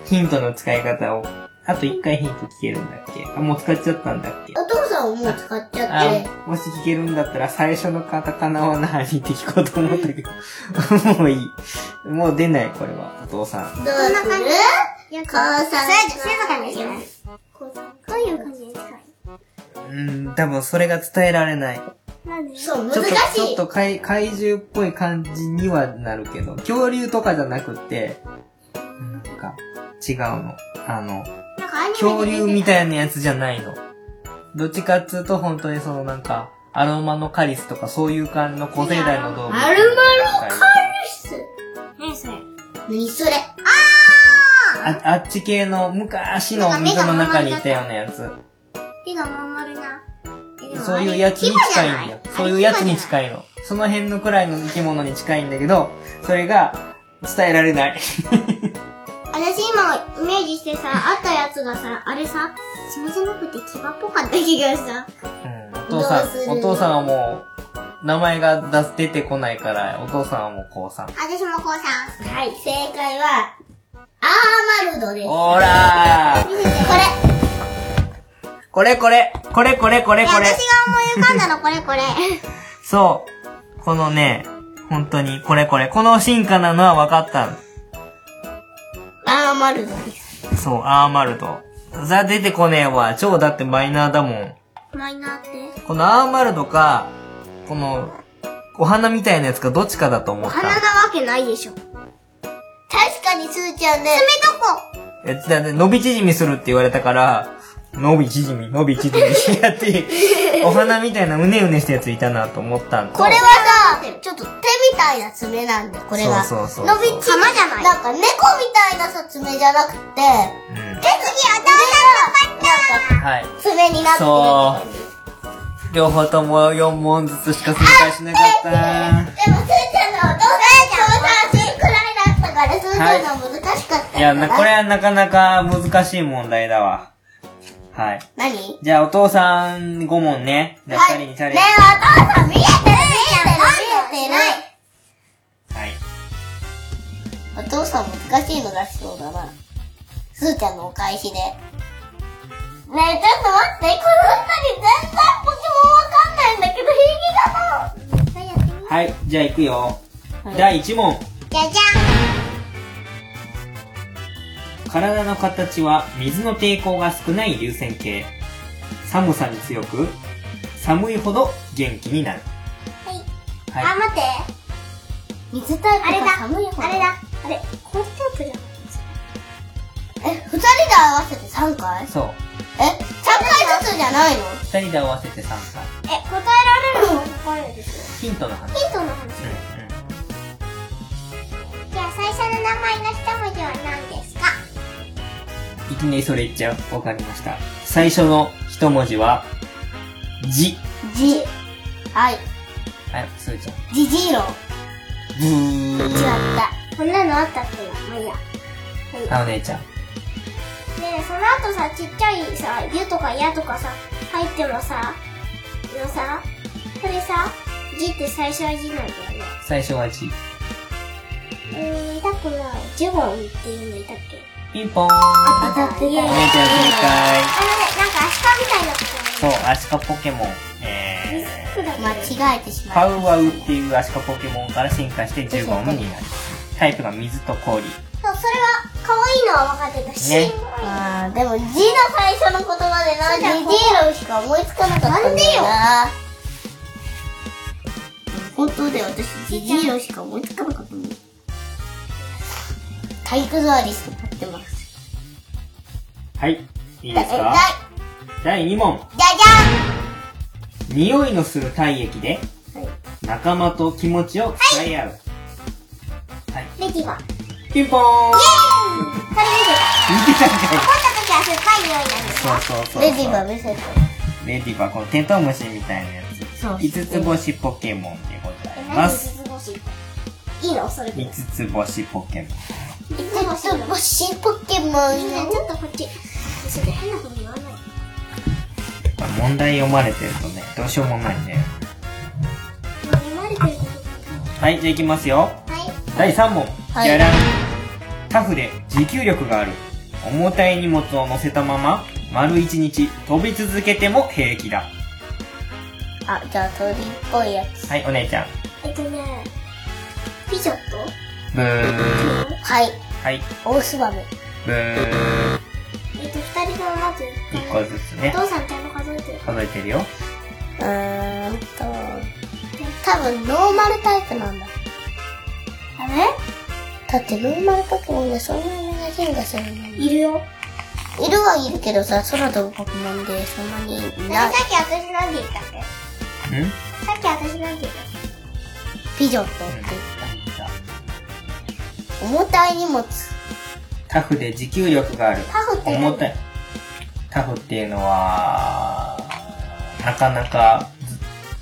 Speaker 3: ヒントの使い方を。あと一回ヒント聞けるんだっけあ、もう使っちゃったんだっけ
Speaker 1: ばいお父さんをもう使っちゃ
Speaker 3: あ
Speaker 1: って、
Speaker 3: もし聞けるんだったら最初のカタカナは何って聞こうと思ったけど。 もういい。もう出ない、これは。お父さん。
Speaker 1: どう
Speaker 2: こんな
Speaker 1: す
Speaker 2: 感
Speaker 1: る
Speaker 2: じや
Speaker 1: 母さん
Speaker 2: 静かにしてないどういう感じですか
Speaker 3: うん、多分それが伝えられない。
Speaker 2: なんで
Speaker 1: そう、
Speaker 3: ちょ
Speaker 1: 難
Speaker 3: っ
Speaker 1: し
Speaker 3: と、ちょっ
Speaker 1: い。
Speaker 3: と怪怪獣っぽい感じにはなるけど、恐竜とかじゃなくて、なんか、違うの。あの、
Speaker 2: なんかアニメで
Speaker 3: 恐竜み
Speaker 2: い
Speaker 3: たいなやつじゃないの。どっちかっつうと本当にそのなんか、アロマのカリスとかそういう感じの古生代の動物。
Speaker 1: アロマのカ
Speaker 2: 何それ
Speaker 1: 何それ
Speaker 3: ああっち系の昔の水の中にいたようなやつ。
Speaker 2: 手がまん丸なえでも
Speaker 3: そういうやつに近いんだよ。そういうやつに
Speaker 2: い
Speaker 3: 近いの。その辺のくらいの生き物に近いんだけど、それが伝えられない。
Speaker 2: 私今イメージしてさあったやつがさあれさ爪じゃなくて牙っぽかった気がした
Speaker 3: うんお父さ
Speaker 1: どうす
Speaker 3: ん、
Speaker 1: る
Speaker 3: お父さんはもう、名前が出出てこないから、お父さんはもうこうさん。
Speaker 2: 私もこうさ
Speaker 1: はい、正解は、アーマルドです。こ
Speaker 3: ほらー
Speaker 2: 見せてこれ
Speaker 3: これこれこれこれこれ
Speaker 2: え
Speaker 3: これ
Speaker 2: 私が思い浮かんだのこれこれ
Speaker 3: そう。このね、本当に、これこれ。この進化なのは分かったの
Speaker 1: れ、アーマルドです。
Speaker 3: そう、アーマルド。ザ出てこねえわ。超だってマイナーだもん。
Speaker 2: マイナーって
Speaker 3: このアーマルドか、この、お花みたいなやつかどっちかだと思った。
Speaker 2: 鼻なわけないでしょ
Speaker 1: 確かにすーちゃんね、
Speaker 2: 爪どこ
Speaker 3: え、だって、伸び縮みするって言われたから、伸び縮み、伸び縮みして やって、お花みたいなうねうねしたやついたなと思ったんと。
Speaker 1: これはさ、ちょっと手みたいな爪なんだよ、これが。
Speaker 3: そうそうそう
Speaker 1: 伸び縮み
Speaker 2: 釜じゃない
Speaker 1: なんか猫みたいなさ、爪じゃなくて、
Speaker 3: うん。
Speaker 1: 手次お父さんが、なんか
Speaker 3: はい。
Speaker 1: 爪になってる。
Speaker 3: そう。両方とも4問ずつしか正解しなかっ。
Speaker 1: でも、すーちゃんのお父さん、父さん、それくらいだったから、すーちゃんのは難しかったた。
Speaker 3: いや、なこれ。はなかなか難しい問題だわ。はい。
Speaker 1: 何
Speaker 3: じゃあ、お父さん5問ね。じゃあ、2人にチャレン
Speaker 1: ねえ、
Speaker 3: ジ。
Speaker 1: お父さん見えてる見えてる見えてない。
Speaker 3: はい。
Speaker 1: お父さん難しいの出しそうだな。すーちゃんのお返しで。ねえ、ちょっと待って、この二人全然ポケモンわかんないんだけど、平
Speaker 2: れやってみ
Speaker 3: はい。じゃあ、行くよ。
Speaker 1: はい
Speaker 3: 第1問。
Speaker 1: 気だな。じゃじゃん
Speaker 3: 体の形は水の抵抗が少ない流線形寒さに強く寒いほど元気になるはい、
Speaker 2: あ、待って。
Speaker 1: 水タイプ
Speaker 2: あれだ。
Speaker 1: が寒い方
Speaker 2: あれだ。あれ。コーステープじゃん。
Speaker 1: え、二人で合わせて三回え、
Speaker 3: そう
Speaker 1: 三回ずつじゃないの
Speaker 3: 2人で合わせて3回
Speaker 2: え、答えられるのは答えるでしょ。
Speaker 3: ヒントの話
Speaker 2: ヒントの話。
Speaker 3: うんうん
Speaker 2: じゃあ最初の名前の一文字は何ですか
Speaker 3: いきなりそれ言っちゃうわかりました最初の一文字は「じ
Speaker 1: じ。はい。」
Speaker 3: はいすーちゃん
Speaker 1: じじいろ。
Speaker 3: ブ
Speaker 1: 違っ
Speaker 3: ー
Speaker 1: た。
Speaker 2: こんなのあったっけな。まあいいや。
Speaker 3: あお姉ちゃん
Speaker 2: で、その後さ、ちっちゃいさ、ゆとかやとかさ、入ってもさ、のさ、これさ、じって最初はじなんだよね。
Speaker 3: 最初は「じ
Speaker 2: うーん、痛くない。ジュゴンっていうのいたっけ」
Speaker 3: ピンポーン
Speaker 1: 当たって
Speaker 3: お
Speaker 1: るよ
Speaker 3: 姉ちゃん正
Speaker 2: あ
Speaker 3: 解
Speaker 2: のね、なんかアシカみたいなこと
Speaker 3: そ
Speaker 2: なだ
Speaker 3: うん
Speaker 2: よね
Speaker 3: アシカポケモンえー
Speaker 2: そうだね。
Speaker 1: 間違えてしま
Speaker 3: パ
Speaker 1: う。
Speaker 3: ウワウっていうアシカポケモンから進化して15音になる。タイプが水と氷。
Speaker 2: そう、それは、可愛いのは分かってたし。
Speaker 3: ね
Speaker 1: あー、でも、じの最初の言葉でな、
Speaker 2: そう
Speaker 1: じ
Speaker 2: だよ
Speaker 1: じいろしか思いつかなかったんだ
Speaker 2: なんでよ
Speaker 1: な。本当だよ、私、じじいろしか思いつかなかったの。体育座りして立ってます。
Speaker 3: はい。いいです
Speaker 1: えら
Speaker 3: か
Speaker 1: い
Speaker 3: 第2問。
Speaker 1: じゃ
Speaker 3: 匂いのする体液で、
Speaker 1: じゃん、はい、
Speaker 3: 仲間と気持ちを伝え合う。はい。
Speaker 2: レジが。これ
Speaker 3: ピンポーン
Speaker 2: 見てた。
Speaker 3: 見てたんか
Speaker 2: 掘
Speaker 3: い
Speaker 2: った時は酸っぱい匂いなんです。
Speaker 3: そうそうそうそう。
Speaker 1: レディバ見せて。
Speaker 3: レディバ、このテントウムシみたいなや
Speaker 1: そう
Speaker 3: つ。五つ星ポケモンでござい
Speaker 2: え、
Speaker 3: ま
Speaker 2: 何
Speaker 3: す。
Speaker 2: 五つ星いいのそれで。
Speaker 3: 五
Speaker 2: 五
Speaker 3: つ星ポケモン。
Speaker 2: つ
Speaker 1: ちょ
Speaker 2: 星
Speaker 1: っ
Speaker 2: の。
Speaker 1: と、星ポケモン
Speaker 2: みんなちょ
Speaker 1: を
Speaker 2: っとこっち。ちょっと変なこと言わない。
Speaker 3: これ問題読まれてるとね、どどうしようもないね。
Speaker 2: もう読まれてる
Speaker 3: はい、じゃあいきますよ。
Speaker 2: はい
Speaker 3: 第3問。
Speaker 1: はい
Speaker 3: じゃらん。タフで持久力がある。重たい荷物を乗せたまま、丸1日飛び続けても平気だ。
Speaker 1: あ、じゃあ鳥っぽいやつ。
Speaker 3: はい、お姉ちゃん。
Speaker 2: えっとねピジョット
Speaker 3: ブー。
Speaker 1: はい。
Speaker 3: はい、
Speaker 1: オオスバメ。
Speaker 3: ブー。
Speaker 2: えっと二人ともまず
Speaker 3: 1個ずつね
Speaker 2: お。父さんちゃんと数えてる
Speaker 3: 数えてるよ。
Speaker 1: うーんと、多分ノーマルタイプなんだ。
Speaker 2: あれ
Speaker 1: だってノーマルポケモンでそんなに馴染みがするのに。
Speaker 2: いるよ
Speaker 1: いるはいるけどさ、空飛ぶポケモンでそんなにい
Speaker 2: さ
Speaker 1: な
Speaker 2: っ
Speaker 1: い。
Speaker 2: き私何て言ったっけ
Speaker 3: ん
Speaker 2: さっき私何て言ったっ
Speaker 1: ピジョットって言った。重たい荷物。
Speaker 3: タフで持久力がある。
Speaker 1: タフって
Speaker 3: 重たい。タフっていうのは、なかなか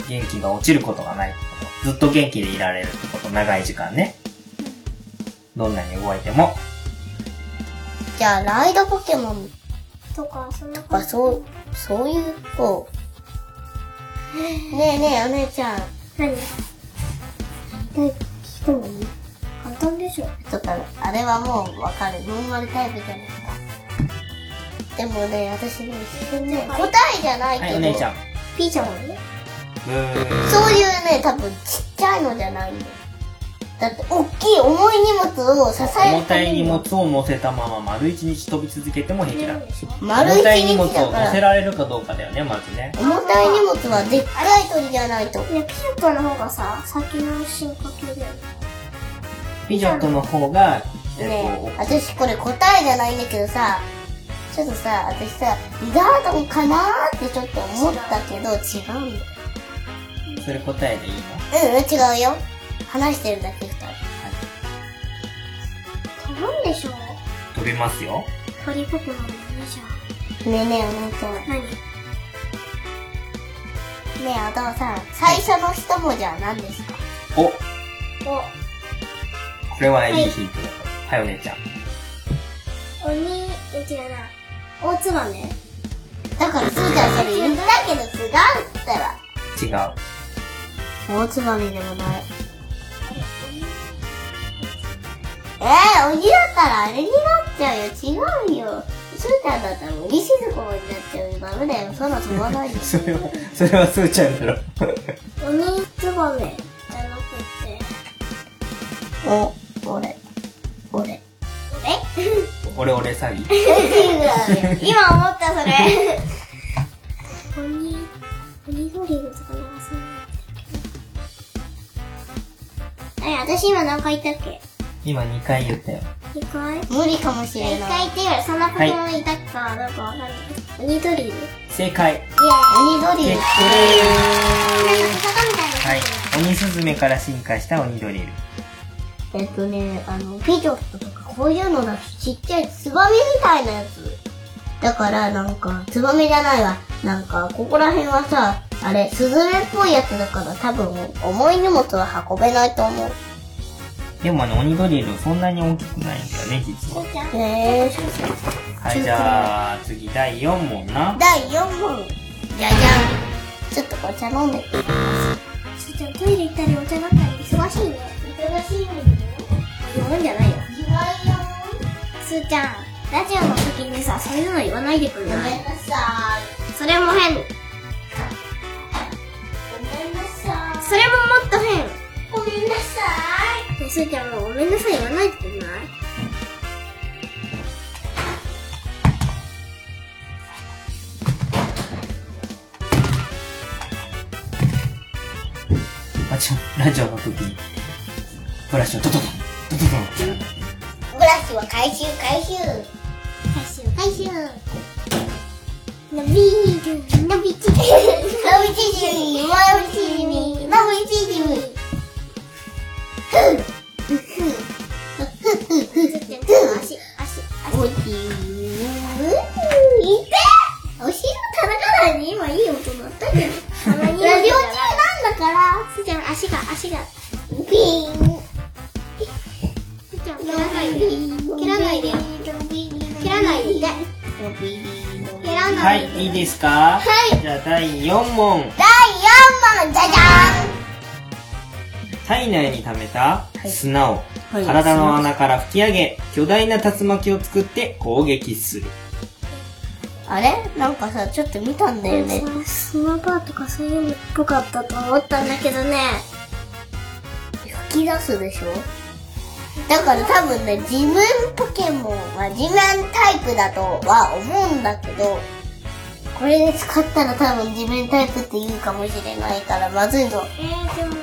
Speaker 3: ず元気が落ちることがないってこと。ずっと元気でいられるってこと。長い時間ね。どんなに動いても。
Speaker 1: じゃあ、ライドポケモン
Speaker 2: けとかそんな
Speaker 1: とか、
Speaker 2: 感じ
Speaker 1: そう、そういう、こう。ねえねえ、お姉ちゃん。
Speaker 2: 何大人もね簡単でしょ
Speaker 1: とか、あれはもうわかる。ノーマルタイプじゃないか。でもね、私ね、全然答えじゃないけど、
Speaker 3: はい、お姉ちゃん。
Speaker 2: ピジョンね
Speaker 3: ブー。
Speaker 1: そういうね、多分ちっちゃいのじゃないんだよ。だって、大きい重い荷物を支え
Speaker 3: 重
Speaker 1: るた
Speaker 3: たい
Speaker 1: め
Speaker 3: 荷
Speaker 1: に
Speaker 3: 物を乗せたまま丸一日飛び続けても平気だ。
Speaker 1: 丸
Speaker 3: 重
Speaker 1: 一
Speaker 3: たい荷物を
Speaker 1: 日だか
Speaker 3: 乗せ
Speaker 1: ら。
Speaker 3: られるかどうかだよね、まずね。
Speaker 1: 重たい荷物はでっかい鳥じゃないと。
Speaker 2: いやピジョットの方がさ先の進化系だよね
Speaker 3: ピジョットの方が、
Speaker 1: ねえ、
Speaker 3: えっと、
Speaker 1: 私これ答えじゃないんだけどさ、ちょっとさ、私さ、リザードンかなーってちょっと思ったけど、違うんだよ。
Speaker 3: それ答えでいい
Speaker 1: う
Speaker 3: の
Speaker 1: ん、違うよ。話してるだけ二人。
Speaker 2: 飛ぶんでしょ
Speaker 3: 飛びますよ。
Speaker 2: 鳥ポケモンのねじゃ
Speaker 1: ねえねえお姉ちゃんね
Speaker 2: あ何
Speaker 1: えお父さん最初の一文字は何ですか
Speaker 3: お、こ
Speaker 2: お
Speaker 3: れはいいヒントだから。はい、お姉ちゃん。
Speaker 2: 鬼え違うな大ツバメ
Speaker 1: だからすーちゃんそれ言ったけど違うったら
Speaker 3: 違う。
Speaker 1: 大つまみでもないえー、鬼だったらあれになっちゃうよ違うよすーちゃんだったら鬼しずこになっちゃうよダメだよそんな飛ばないよ
Speaker 3: それは、それはすーちゃんだろ。
Speaker 2: 鬼ツバメじゃなくて
Speaker 1: お俺俺
Speaker 2: え
Speaker 3: 俺俺詐欺。
Speaker 2: 今思ったそれ鬼鬼ドリルとかなんかそんなえ私今何回言ったっけ
Speaker 3: 今2回言ったよ。
Speaker 2: 一回
Speaker 1: 無理かもしれ
Speaker 2: 一
Speaker 1: ない
Speaker 2: 回っていうよりそんなポケモンいたかどうかわかんない鬼ドリルなんか
Speaker 3: 正解。
Speaker 1: 鬼ドリ
Speaker 3: で
Speaker 1: ル
Speaker 3: す
Speaker 2: 坂みたいな
Speaker 3: はい。鬼スズメから進化した鬼ドリル。
Speaker 1: えっとね、あの、ピジョットとかこういうのだとちっちゃいツバメみたいなやつ。だからなんか、ツバメじゃないわ。なんか、ここら辺はさ、あれ、スズメっぽいやつだから多分重い荷物は運べないと思う。
Speaker 3: でもね、鬼ドリルそんなに大きくないんだよね、実は。
Speaker 2: じゃん
Speaker 1: へえ。
Speaker 3: はい、じゃあ、次第4問な。
Speaker 1: 第4問。じゃじゃん。ちょっとお茶飲んで。
Speaker 2: しーちゃんトイレ行ったりお茶だったり忙しいね忙しいね言うんじゃないよすーちゃんラジオの時にさそういうの言わないでくん
Speaker 1: ご
Speaker 2: ない
Speaker 1: んなさ
Speaker 2: それも変
Speaker 1: い。ごめんなさ
Speaker 2: それももっと変
Speaker 1: い。ごめんなさい。
Speaker 2: もうすーちゃんもうごめんなさい言わないでくんない
Speaker 3: あ、ちょ、ラジオの時に、ブラシをドドドン、ドドドンって
Speaker 1: ブラシは回収回収。
Speaker 2: 回収回収伸びる伸び縮
Speaker 1: ラ
Speaker 2: み
Speaker 1: ブチヂミ、ラブチヂミ、ラブチヂミ。
Speaker 2: すーちゃんちょっと足足
Speaker 1: おじいて
Speaker 2: お尻の叩かないで今いい音鳴ったけどたまに
Speaker 1: ラジオ中
Speaker 2: なんだからすーちゃん足が足が
Speaker 1: ピーン
Speaker 2: すーちゃん蹴らないで蹴らないで蹴らないで蹴らないで
Speaker 1: ピーン
Speaker 2: 蹴ら選んだ
Speaker 3: は
Speaker 2: のに
Speaker 3: い、いいですか
Speaker 2: はい
Speaker 3: じゃあ第4
Speaker 1: 第4
Speaker 3: 問。
Speaker 1: 問、じゃじゃん
Speaker 3: 体内に溜めた砂を
Speaker 4: はい
Speaker 3: 体の穴から吹き上げ、巨大な竜巻を作って攻撃する。
Speaker 1: あれなんかさ、ちょっと見たんだよね。
Speaker 2: スノーバーとかそういうのっぽかったと思ったんだけどね
Speaker 1: 吹き出すでしょだから多分ね、自分ポケモンは自分タイプだとは思うんだけど、これで使ったら多分自分タイプって言うかもしれないからまずいぞ。
Speaker 2: えー、でも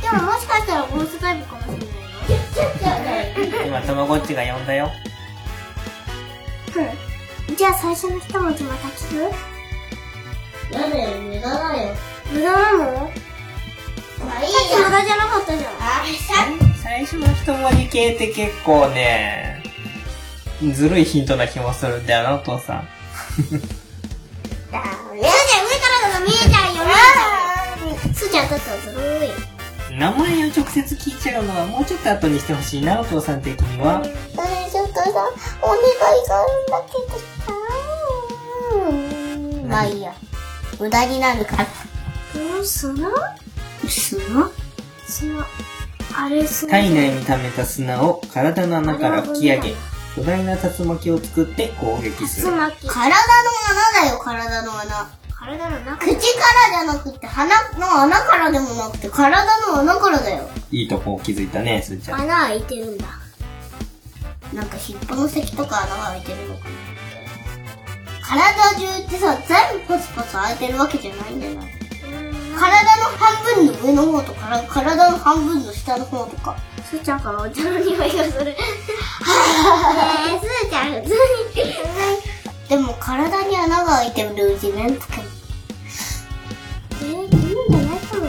Speaker 2: でももしかしたらゴーストタイプかもしれないよ
Speaker 3: 今、たまごっちが呼んだよ。
Speaker 2: じゃあ最初の一文字また聞く
Speaker 1: やだよ、無駄だよ。
Speaker 2: 無駄なのさっ
Speaker 1: まあいい
Speaker 2: き無駄じゃなかったじゃん
Speaker 3: 最初の一文字系って結構ね、ずるいヒントな気もするんだよな、お父さん。
Speaker 1: だ
Speaker 2: みゆちゃん上からだと見えちゃうよ見え
Speaker 1: ね。
Speaker 2: ちゃうよすーちゃんだったらずるい
Speaker 3: 名前を直接聞いちゃうのはもうちょっと後にしてほしいな、お父さん的には。
Speaker 1: うん、ちょっとさ、お願いがあるんだけどさ。まあいいや。無駄になるから。
Speaker 2: うん砂
Speaker 1: 砂
Speaker 2: 砂あれ砂
Speaker 3: 体内に溜めた砂を体の穴から吹き上げ、巨大な竜巻を作って攻撃す
Speaker 2: つ
Speaker 3: る。
Speaker 2: まき
Speaker 1: 体の穴だよ、体の穴。
Speaker 2: 体の中
Speaker 1: 口からじゃなくて鼻の穴からでもなくて体の穴からだよ
Speaker 3: いいとこ気づいたね、すーちゃん。
Speaker 2: 穴開いてるんだ
Speaker 1: なんか尻尾の先とか穴が開いてるのかな体中ってさ全部ポツポツ開いてるわけじゃないんだよな体の半分の上の方とか体の半分の下の方とか
Speaker 2: すーちゃんからお茶の匂いがするねえすーちゃん普通に
Speaker 1: でも体に穴が開いてる自分とか
Speaker 2: えー、いいんじゃないかも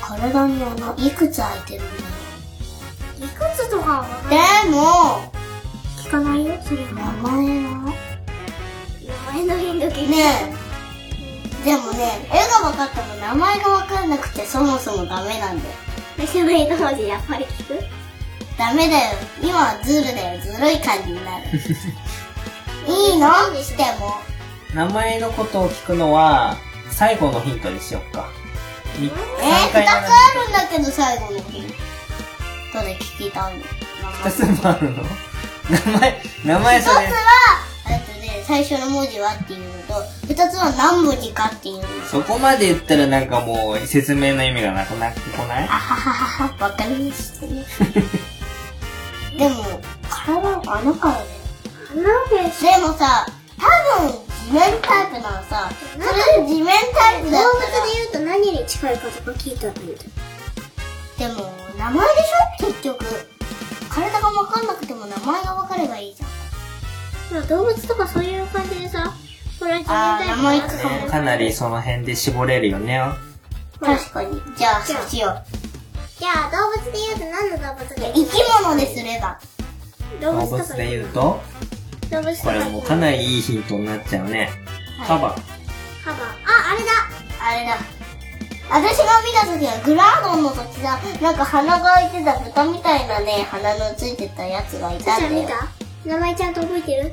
Speaker 1: 体に穴いくつ開いてるん
Speaker 2: いくつとかは分か
Speaker 1: だ
Speaker 2: んない
Speaker 1: よでも
Speaker 2: 聞かないよそれ
Speaker 1: 名
Speaker 2: は
Speaker 1: 前は
Speaker 2: 名前の頻度聞い
Speaker 1: ね
Speaker 2: て
Speaker 1: えでもね絵が分かっても名前が分かんなくてそもそもダメなんだよ
Speaker 2: 私の一文字やっぱり聞く
Speaker 1: ダメだよ。今はズルだよ。ずるい感じになる。いいのしても。
Speaker 3: 名前のことを聞くのは、最後のヒントにしよっか。み
Speaker 1: え
Speaker 3: 三
Speaker 1: ー、
Speaker 3: 回
Speaker 1: 二つ
Speaker 3: 目
Speaker 1: あ
Speaker 3: の
Speaker 1: るんだけど、最後の日。どれ聞きたいの
Speaker 3: 二つもあるの名前、名前
Speaker 1: 一つ
Speaker 3: それ。
Speaker 1: は、えっとね、最初の文字はっていうのと、二つは何文字かっていうの。
Speaker 3: そこまで言ったらなんかもう説明の意味がなくなってこない
Speaker 1: あはははは、わかりました ね。でも、体は穴からだよ。
Speaker 2: なんで
Speaker 1: でもさ、多分、地面タイプなのさ、それで地面タイプだ
Speaker 2: 動
Speaker 1: っ
Speaker 2: 物
Speaker 1: たら
Speaker 2: で言うと何に近いかとか聞いたらいいんだよ
Speaker 1: でも名前でしょ結局体が分かんなくても名前が分かればいいじゃん
Speaker 2: まあ動物とかそういう感じでさこれは自分
Speaker 1: あー名前つか
Speaker 2: か
Speaker 1: も
Speaker 3: ねかなりその辺で絞れるよね。
Speaker 1: 確かにじゃあそうしよう
Speaker 2: じゃあ動物で言うと何の動物がい
Speaker 1: 生き物ですれば
Speaker 2: い
Speaker 3: 動物で言うと、
Speaker 2: 動物と
Speaker 3: こ
Speaker 2: か
Speaker 3: れもうかなりいいヒントになっちゃうね。カバ。
Speaker 2: カバーああ
Speaker 1: あ
Speaker 2: れだ
Speaker 1: れだ私が見た時はグラードンの時さなんか鼻が開いてた豚みたいなね鼻のついてたやつがい
Speaker 2: ち
Speaker 1: た
Speaker 2: ゃ
Speaker 1: んだ
Speaker 2: ん見
Speaker 1: よ
Speaker 2: た名前ちゃんと覚えてる
Speaker 1: 覚え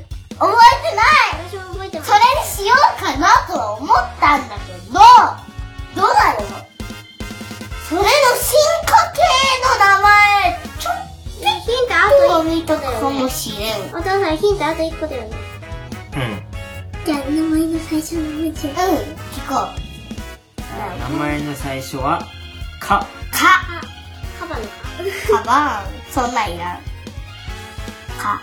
Speaker 1: てない
Speaker 2: 私も覚えてます
Speaker 1: それにしようかなとは思ったんだけどどうなるのそれの進化系の名前ちょっ
Speaker 2: ヒントあと
Speaker 1: と見た
Speaker 2: だよね
Speaker 1: かもしれん
Speaker 2: お父さんヒントあと1個だよね
Speaker 3: うん。
Speaker 2: じゃあ名前の最初の文
Speaker 1: う
Speaker 2: 字
Speaker 1: ん、聞こう。
Speaker 3: 名前の最初は、か。
Speaker 1: か、
Speaker 2: カバーのカ
Speaker 1: かばん。そんなんいらん。か、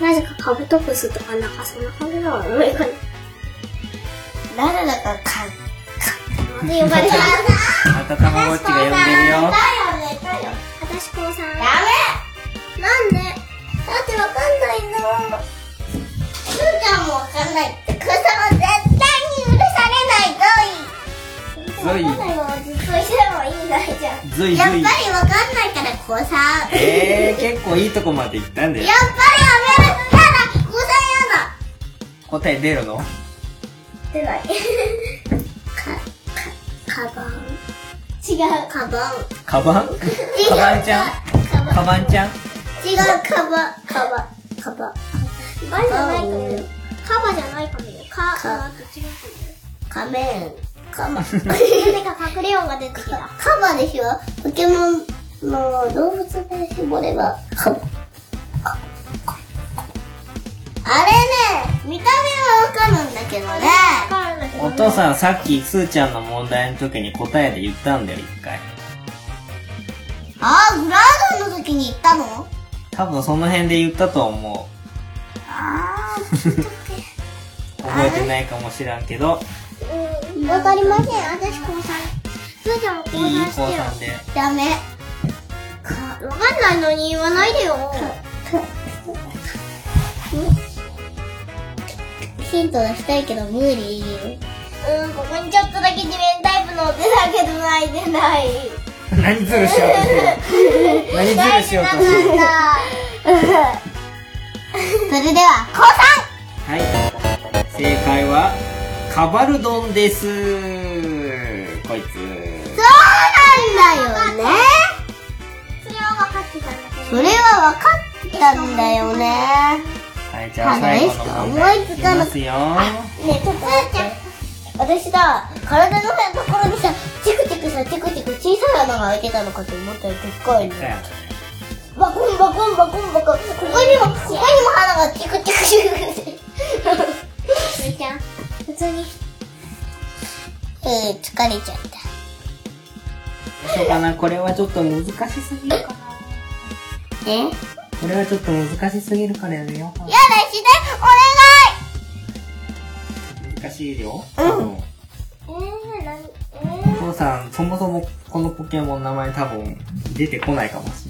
Speaker 2: なぜかカブトプスとかなんかそんな感じだわ思い浮かんで
Speaker 1: なぜだかか。
Speaker 2: また呼ばれた
Speaker 3: またたまごっちが呼んでるよ。
Speaker 1: よね、だよ。
Speaker 2: 私こうさん
Speaker 1: ダメ
Speaker 2: なんでだってわかんないんだもん
Speaker 1: すーちゃんもわかんないって。くさは絶対に許され
Speaker 3: ゾイ、
Speaker 2: ずっといても意味ないじゃん
Speaker 3: ゾ
Speaker 1: ないぞ
Speaker 3: イ、ゾ
Speaker 1: い。やっ
Speaker 3: イ
Speaker 1: ぱ。りわかんないから、こうさん。やっぱり
Speaker 3: えー、結構いいとこまで行ったんだよ
Speaker 1: や。めるとやだ、こうさ
Speaker 3: 答え出るの
Speaker 2: 出ない
Speaker 1: んやだ。かばん。
Speaker 2: 違う
Speaker 1: かばん。
Speaker 3: カバンカバンちゃんカバンちゃん
Speaker 1: 違う、かばん。かばん。かばん。
Speaker 2: バレじゃないかもよ。カバじゃないかもよ。カ、
Speaker 1: カ
Speaker 2: あー、と違う
Speaker 1: 仮面、カ バ。
Speaker 2: かもよ。なんか隠れ音が出てきた。
Speaker 1: カバでしょポケモンの動物で絞ればカバ。あれね、見た目はわかるんだけどね。
Speaker 2: わかるんだけど
Speaker 3: お
Speaker 2: ね
Speaker 3: 父さんさっきすーちゃんの問題の時に答えで言ったんだよ、一回。
Speaker 1: あー、グラードンの時に行ったの
Speaker 3: 多分その辺で言ったと思
Speaker 1: あ
Speaker 3: う。覚えてないかもしらんけど、
Speaker 2: うんわかりません。私、高三。すーちゃんも高
Speaker 3: いい
Speaker 2: 三
Speaker 3: 高
Speaker 2: してよ。
Speaker 3: 3で。
Speaker 1: ー、ダメ。
Speaker 2: わかんないのに言わないでよ。
Speaker 1: ヒント出したいけど無理。
Speaker 2: うん、ここにちょっとだけ地面タイプのお手だけど泣いてない。
Speaker 3: 何ずるしようとしてる何ずるしようとしてる
Speaker 1: それでは、高三
Speaker 3: はい。正解は、カバルドンです。こいつ。
Speaker 1: そうなんだよね。
Speaker 2: それは分かってたんだけど。
Speaker 1: それは分かったんだよね。
Speaker 3: はい、じゃあ最後の問題いきますよ。
Speaker 1: ねえ、ちょっと待って。私さ、体のところにさ、チクチクさ、チクチク小さい穴が開いてたのかと思ったらでっかいね。バコンバコンバコンバコン。ここにも、ここにも花がチクチクチクチク。
Speaker 2: すーちゃん、普通に。
Speaker 1: うん、疲れちゃった。
Speaker 3: どうしようかな。これはちょっと難しすぎるかな。
Speaker 1: えやだ、
Speaker 3: これはちょっと難しすぎるからやめよう。
Speaker 1: して、お
Speaker 3: 難しいよ。
Speaker 2: えー、なに、えー
Speaker 3: お父さん、そもそもこのポケモンの名前多分出てこないかもし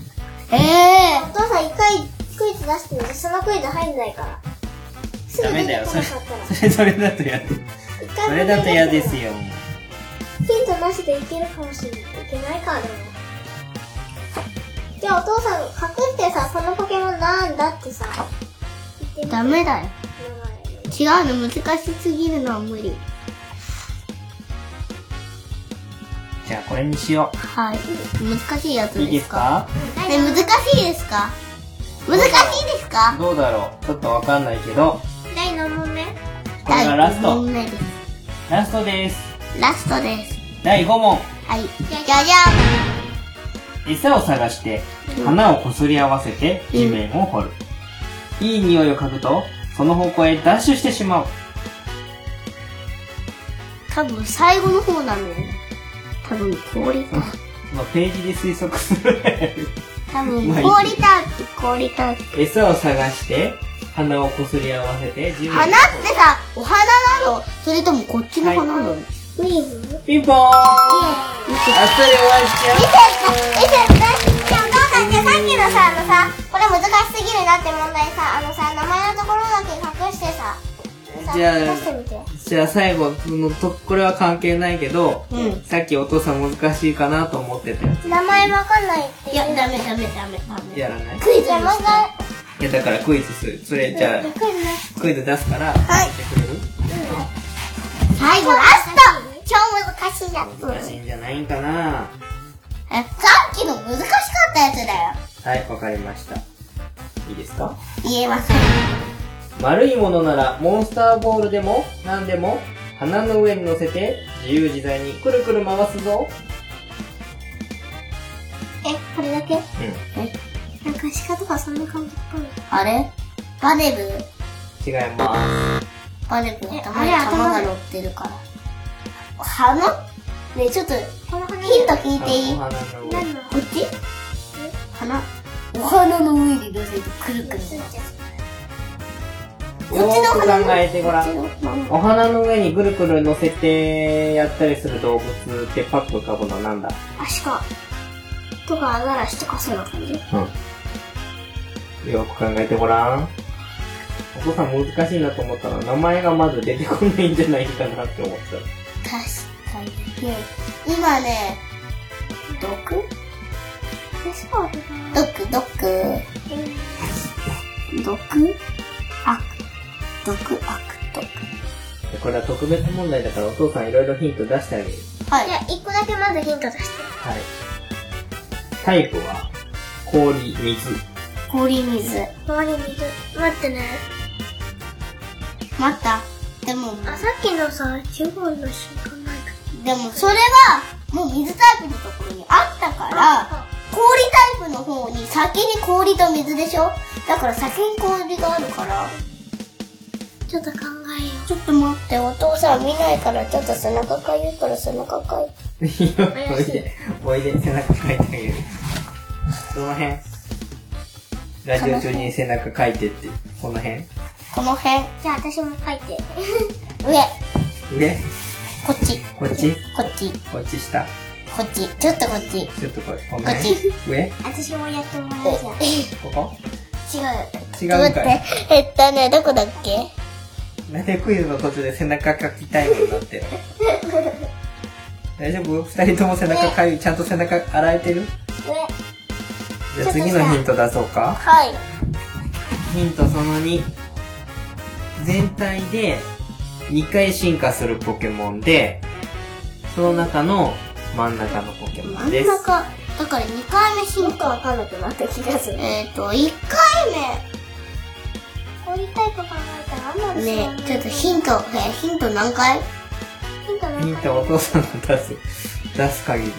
Speaker 3: れない。
Speaker 1: 願いえ
Speaker 2: お父さん一回クイズ出してみてそのクイズ入んないからすぐ
Speaker 3: ダ
Speaker 2: 出
Speaker 3: メだ
Speaker 2: て
Speaker 3: よ、
Speaker 2: こ
Speaker 3: そ
Speaker 2: な
Speaker 3: れ
Speaker 2: かったら。
Speaker 3: それ、それだ と嫌で。
Speaker 2: 一回
Speaker 3: それだと嫌ですよ。
Speaker 2: ヒントなしでいけるかもしれないいけないかでもじゃあお父さん隠ってさこのポケモンなんだってさ言ってみて
Speaker 1: ダメだよ。
Speaker 2: 名前
Speaker 1: 違うの難しすぎるのは無理。
Speaker 3: じゃあこれにしよ
Speaker 1: はい。難しいやつ
Speaker 3: う。いい
Speaker 1: で
Speaker 3: ですす
Speaker 1: か
Speaker 3: か
Speaker 1: ね、難しいですか難しいですか
Speaker 3: どうだろうちょっとわかんないけど、
Speaker 2: 第何問目
Speaker 3: これがラ
Speaker 1: 第
Speaker 3: ス
Speaker 1: 五
Speaker 3: ト
Speaker 1: 問。目です
Speaker 3: ラストです。
Speaker 1: ラストです。
Speaker 3: 第5問。
Speaker 1: はい。じゃじゃ
Speaker 3: 餌を探して、花をこすり合わせて地面を掘る。いい匂いを嗅ぐと、その方向へダッシュしてしまう。
Speaker 1: ん。多分最後の方なんだよね。多分氷か。
Speaker 3: まあ、ページで推測する。
Speaker 1: 多分
Speaker 3: まあいい
Speaker 1: 氷だって氷だって。
Speaker 3: 餌を探して、花をこすり合わせて地面を
Speaker 1: 花
Speaker 3: 掘
Speaker 1: って
Speaker 3: る。
Speaker 1: さ、お花なのそれともこっちの花なの、見て
Speaker 2: ウィーブ
Speaker 3: ピンポーンあっさり終わりしちゃう。
Speaker 1: 見て見て
Speaker 2: じゃあお父さんじゃあさっきのさあのさこれ難しすぎるなって問題さあのさ名前のところだけ隠してささ
Speaker 3: じゃあ
Speaker 2: 出してみて
Speaker 3: じゃあ最後のと、これは関係ないけど、
Speaker 1: うん
Speaker 3: さっきお父さん難しいかなと思ってて、
Speaker 2: 名前わかんないって
Speaker 1: い
Speaker 2: いう
Speaker 1: や、ダメダメダメダメ。
Speaker 3: やらない
Speaker 2: クイズじゃあもう一回
Speaker 3: いや、だからクイズする。それ、じゃ
Speaker 2: クイズね
Speaker 3: あ、クイズ出すから、
Speaker 1: はい
Speaker 3: やってくれる
Speaker 1: 最後ラスト超難しいやつ。
Speaker 3: 難しいんじゃないかな
Speaker 1: え、さっきの難しかったやつだよ。
Speaker 3: はい、わかりました。いいですか
Speaker 1: 言えません。
Speaker 3: 丸いものなら、モンスターボールでも、何でも、鼻の上に乗せて、自由自在にくるくる回すぞ。
Speaker 2: え、これだけ
Speaker 3: うん。
Speaker 2: なんか鹿とかそんな感じっぽい。
Speaker 1: あれバネブ
Speaker 3: 違いま
Speaker 1: バネブ
Speaker 2: え
Speaker 1: 頭
Speaker 2: あ
Speaker 1: に
Speaker 2: れ頭
Speaker 1: 玉が
Speaker 2: に
Speaker 1: 乗ってるから。鼻ねえちょっと、ヒ
Speaker 2: この花
Speaker 1: ント聞い
Speaker 3: す。
Speaker 1: ていい
Speaker 3: お
Speaker 1: こ
Speaker 3: 花の上。
Speaker 2: 何の
Speaker 1: っち鼻。お花の上に乗せてくるくる。
Speaker 2: すーちゃ
Speaker 1: こっちの
Speaker 3: よ
Speaker 1: 花
Speaker 3: ーく考えてごらん。お花の上にぐるぐる乗せてやったりする動物ってパッと浮かぶのなんだ
Speaker 2: ん。アシカとかアザラシとかそういう感じ。
Speaker 3: よく考えてごらん。お父さん難しいなと思ったら名前がまず出てこないんじゃないかなって思っ
Speaker 1: 確かに。ね今ね、毒
Speaker 2: アシカはどこ
Speaker 1: 毒毒毒悪。毒悪毒。
Speaker 3: た。これは特別問題だからお父さんいろいろヒント出してあげる。
Speaker 1: はい
Speaker 2: じ。ゃあ、一個だけまずヒント出して。
Speaker 3: はい。タイプは氷、水。
Speaker 1: 氷水。
Speaker 2: 周りにいる。待ってね。
Speaker 1: 待った。でも、
Speaker 2: あ、さっきのさ、中国の瞬間なんか。
Speaker 1: でもそれは、もう水タイプのところにあったから、氷タイプの方に先に氷と水でしょだから先に氷があるから。
Speaker 2: ちょっと考えよ
Speaker 1: ちょっと待って、お父さん見ないから、ちょっと背中かゆいから背中かゆい。
Speaker 3: おいで、おいで、背中描いてあげる。どの辺ラジオ中に背中描いてって、この辺
Speaker 1: この辺、
Speaker 2: う。じゃあ私も書いて。
Speaker 1: 上、
Speaker 3: 上
Speaker 1: こっち、
Speaker 3: こっち
Speaker 1: こっち、
Speaker 3: こっち下
Speaker 1: こっち、ちょっとこっち。
Speaker 3: ちょっとこれ、この
Speaker 1: こっち
Speaker 3: 辺上
Speaker 2: 私もやってもらえじゃん。
Speaker 1: え
Speaker 3: ここ
Speaker 2: 違う。
Speaker 3: 違うん
Speaker 1: 待っ
Speaker 3: かい
Speaker 1: て、えっとね、どこだっけ
Speaker 3: なんでクイズの途中で背中描きたいもんだって。大丈夫二人とも背中かゆい。ちゃんと背中洗えてる
Speaker 2: 上。
Speaker 3: じゃあ次のヒント出そうか。
Speaker 1: はい。
Speaker 3: ヒントその2。全体で2回進化するポケモンで、その中の真ん中のポケモンです。
Speaker 1: 中、だから2回目ヒント。
Speaker 2: わかんなくなった気がする。
Speaker 1: えっと、1
Speaker 2: 氷タイプ考えたらあんま
Speaker 1: 回
Speaker 2: り
Speaker 1: 目。
Speaker 2: 知ら
Speaker 1: ね
Speaker 2: ない
Speaker 1: え、ちょっとヒント、えー、ヒント何回
Speaker 2: ヒントなん
Speaker 3: ヒン
Speaker 2: か
Speaker 3: トお父さんが出す。出す限り。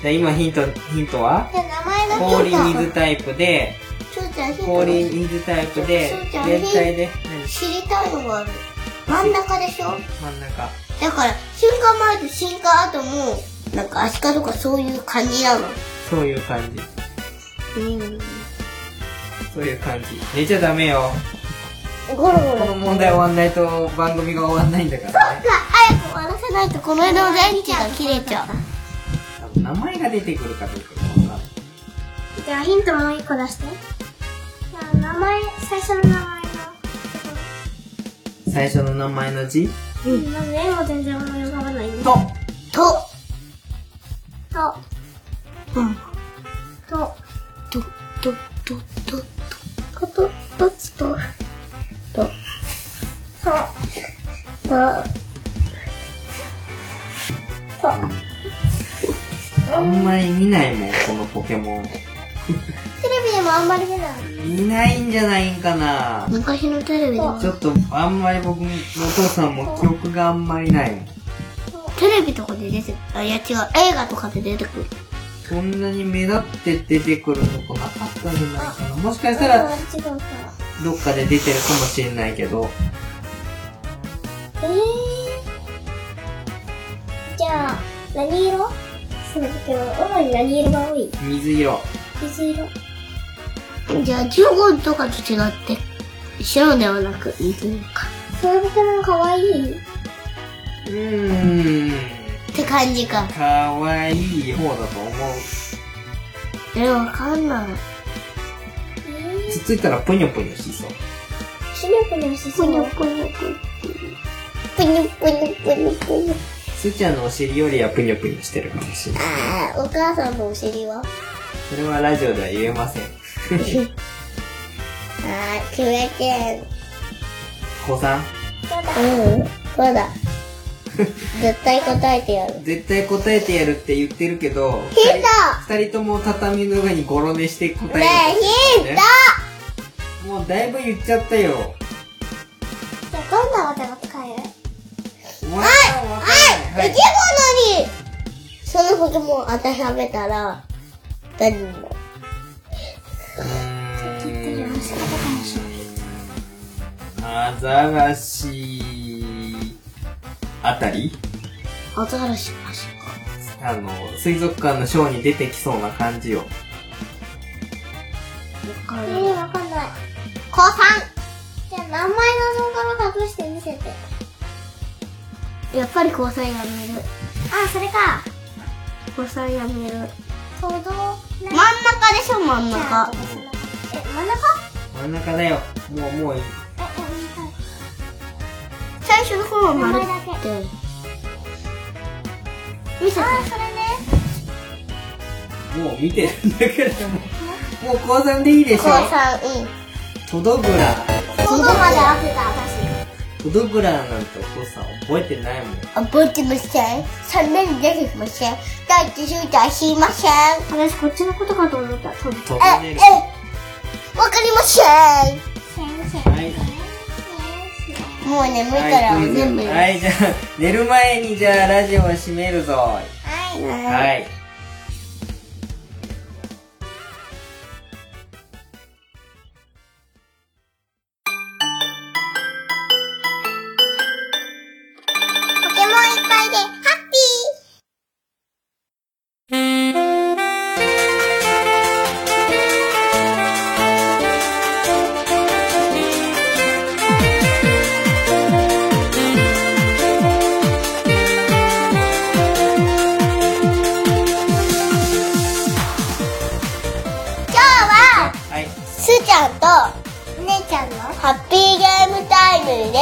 Speaker 3: じゃあ今ヒント、ヒントは
Speaker 2: じゃあ名前の
Speaker 3: 氷水タイプで、
Speaker 1: しょうちゃんヒント。
Speaker 3: 氷水タイプで、全体で、
Speaker 1: 知りたいのがある。真ん中でしょ
Speaker 3: 何真ん中。
Speaker 1: だから、進化前と進化後も、なんかアシカとかそういう感じなの。
Speaker 3: そういう感じ。
Speaker 1: うん。
Speaker 3: そういう感じ。寝ちゃダメよ。
Speaker 1: ゴロゴ
Speaker 3: こ
Speaker 1: ロ。
Speaker 3: の問題終わんないと番組が終わんないんだからね。
Speaker 1: 早く終わらせないと、この間の電池が切れちゃう。
Speaker 3: 多分名前が出てくるかどうかわかんない。
Speaker 2: じゃあヒントもう一個出して。あ名前、最初の名
Speaker 3: 最初の名前の字
Speaker 2: 前の。うん。まず絵も全然思い浮かばないね。
Speaker 3: と
Speaker 1: と、
Speaker 2: と、
Speaker 1: うん。
Speaker 2: と、
Speaker 1: と、と、と、と、
Speaker 2: こと、とつと、
Speaker 1: と、
Speaker 2: と、
Speaker 1: と、
Speaker 3: あんまり見ないもんこのポケモン
Speaker 2: テレビでもあんまり出ない。
Speaker 3: 見ないんじゃないんかな
Speaker 1: 昔のテレビでも、
Speaker 3: ちょっとあんまり僕もお父さんも記憶があんまりないもん
Speaker 1: テレビとかで出てくる。あ、いや違う、映画とかで出てくる。
Speaker 3: そんなに目立って出てくるとこなかったんじゃないかなもしかしたら
Speaker 2: 違うか。
Speaker 3: どっかで出てるかもしれないけど
Speaker 2: えー。じゃあ、何色そのポケモン、主に何色が多い
Speaker 3: 水色
Speaker 2: 水色。
Speaker 1: じゃあ、中国とかと違って、白ではなく、水か。
Speaker 2: そのポケモンかわいいう
Speaker 3: ーん
Speaker 1: って感じか。
Speaker 3: かわいい方だと思う
Speaker 1: え、わかんない。
Speaker 2: えー。
Speaker 3: つっついたらぷにょぷにょしそう
Speaker 2: ぷにょぷにょしそう。ぷにょぷにょ
Speaker 1: ぷにゅぷにゅぷにゅぷにゅ。
Speaker 3: すーちゃんのお尻よりはぷにょぷにょしてるかもしれない
Speaker 1: あーお母さんのお尻 は
Speaker 3: それはラジオでは言えません
Speaker 1: あー決めて
Speaker 3: 子さん
Speaker 1: うんそう だ絶対答えてやる
Speaker 3: 絶対答えてやるって言ってるけど
Speaker 1: ヒント
Speaker 3: 二人とも畳の上にゴロ寝して答える
Speaker 1: ねえヒント、
Speaker 3: ねもうだいぶ言っちゃったよ
Speaker 2: じゃあ、どんな技が使える
Speaker 3: わかんないわかんない
Speaker 1: 生
Speaker 3: は
Speaker 1: き
Speaker 3: い
Speaker 1: 物にそのポケモン当てはめたら何になる
Speaker 3: うーんアザラシあたり
Speaker 1: アザラシマシか
Speaker 3: あの水族館のショーに出てきそうな感じよ
Speaker 1: わか
Speaker 2: え
Speaker 1: る
Speaker 2: ー、わかんない。
Speaker 1: 高3
Speaker 2: じゃあ、名前の動画を隠して見せて。
Speaker 1: やっぱり交際やめる
Speaker 2: あ、それか。
Speaker 1: 交際やめる
Speaker 2: 行
Speaker 1: 真
Speaker 2: 動
Speaker 1: ん中でしょ真ん中
Speaker 2: え、真ん中
Speaker 3: 真ん中だよもうもうい
Speaker 2: え、
Speaker 3: い
Speaker 2: え、
Speaker 1: 最初の方は丸っ
Speaker 2: 名前だ
Speaker 1: て見せて
Speaker 2: あー、それね。
Speaker 3: もう見てるんだけどもうもう高山でいいでしょ
Speaker 1: 高三うん
Speaker 3: トドグラ
Speaker 2: ここまで合ってた、私。
Speaker 3: トドグラなんてお父さん覚えてないもん
Speaker 1: 覚えてません。そんなに出てきません。第一週間知りません。
Speaker 2: 私、こっちのことかと思った。そうです。
Speaker 3: ト
Speaker 1: え、
Speaker 3: ドネ
Speaker 1: え
Speaker 3: ル、
Speaker 1: わかりません。
Speaker 2: 先生。
Speaker 3: はい
Speaker 2: 先生。
Speaker 1: もう眠いから
Speaker 3: はい
Speaker 1: 全部。
Speaker 3: はい、じゃあ、寝る前にじゃあラジオを閉めるぞ。
Speaker 5: はい。
Speaker 1: は。
Speaker 3: はいい。
Speaker 5: ポケモンいっぱいで、ハッピー
Speaker 1: 今日は、
Speaker 3: はい。
Speaker 1: すーちゃんと
Speaker 5: お姉ちゃんのは
Speaker 1: ハッピーゲームタイムで、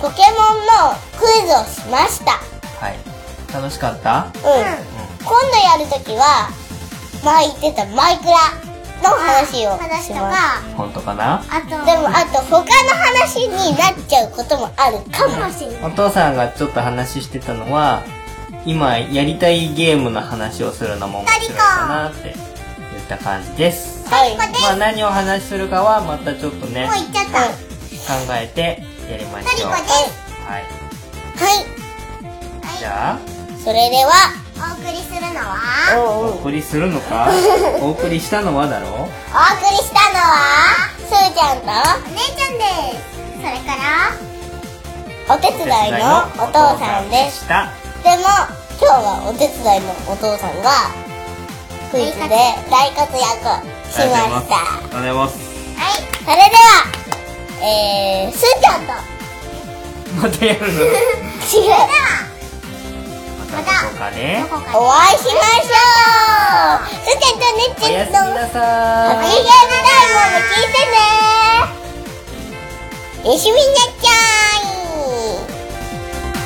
Speaker 1: ポケモンのクイズをしました。
Speaker 3: はい。楽しかった
Speaker 1: うん。今度やるときは、前言ってたマイクラの話を
Speaker 5: 話
Speaker 1: し
Speaker 5: と
Speaker 1: ます。
Speaker 5: か、
Speaker 3: 本当かな
Speaker 5: あと、で
Speaker 1: でも、あと他の話になっちゃうこともあるかも。
Speaker 5: かもしれな
Speaker 3: お
Speaker 5: い。
Speaker 3: 父さんがちょっと話してたのは、今やりたいゲームの話をするのも面白いかなって言った感じです。
Speaker 1: はい。
Speaker 3: まあ何を話するかはまたちょっとね
Speaker 5: もう、行っちゃった。
Speaker 1: うん
Speaker 3: 考えてやりま
Speaker 5: トリ
Speaker 3: しょ
Speaker 5: コ
Speaker 3: う。
Speaker 5: で
Speaker 3: はい。
Speaker 1: はい。
Speaker 5: す。
Speaker 3: じ
Speaker 5: はい。
Speaker 3: ゃあ、
Speaker 1: それでは、
Speaker 5: お送りするの
Speaker 1: お
Speaker 5: は、
Speaker 1: うお
Speaker 3: お
Speaker 1: う
Speaker 3: 送りするの かお送りしたのはだろ
Speaker 5: お送りしたのは、
Speaker 1: すーちゃん
Speaker 5: お姉ちゃんです。それから、
Speaker 1: とお手
Speaker 3: お手
Speaker 1: 伝いのお父さんです。
Speaker 3: した。
Speaker 1: でも、今日はお手伝いのお父さんが、クイズで大活躍しました。
Speaker 3: ありがとうございます。
Speaker 5: はい。
Speaker 1: それでは、えー、すーちゃんと、
Speaker 3: またやるの
Speaker 1: 違う、
Speaker 3: またどこかね
Speaker 5: ど。こか
Speaker 1: お会いしましょうすーちゃんと
Speaker 3: お
Speaker 1: ね
Speaker 3: や
Speaker 1: っちゃ
Speaker 3: すみ
Speaker 1: んの
Speaker 3: なさ
Speaker 1: ハッ
Speaker 3: ーい。
Speaker 1: ピーゲームタイムも聞いてねよしみなちゃん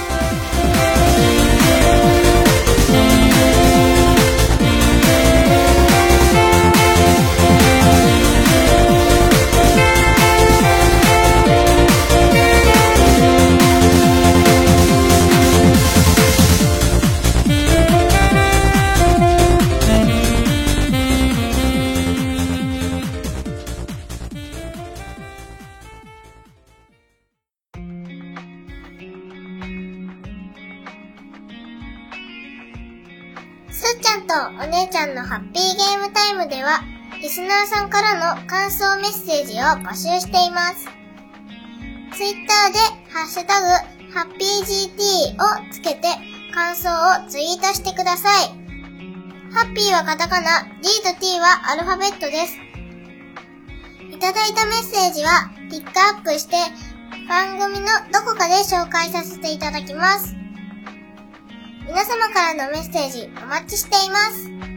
Speaker 5: すーちゃんとお姉ちゃんのハッピーゲームタイムでは、リスナーさんからの感想メッセージを募集しています。ツイッターで、ハッシュタグ、ハッピー GT をつけて、感想をツイートしてください。ハッピーはカタカナ、D と T はアルファベットです。いただいたメッセージは、ピックアップして、番組のどこかで紹介させていただきます。皆様からのメッセージお待ちしています。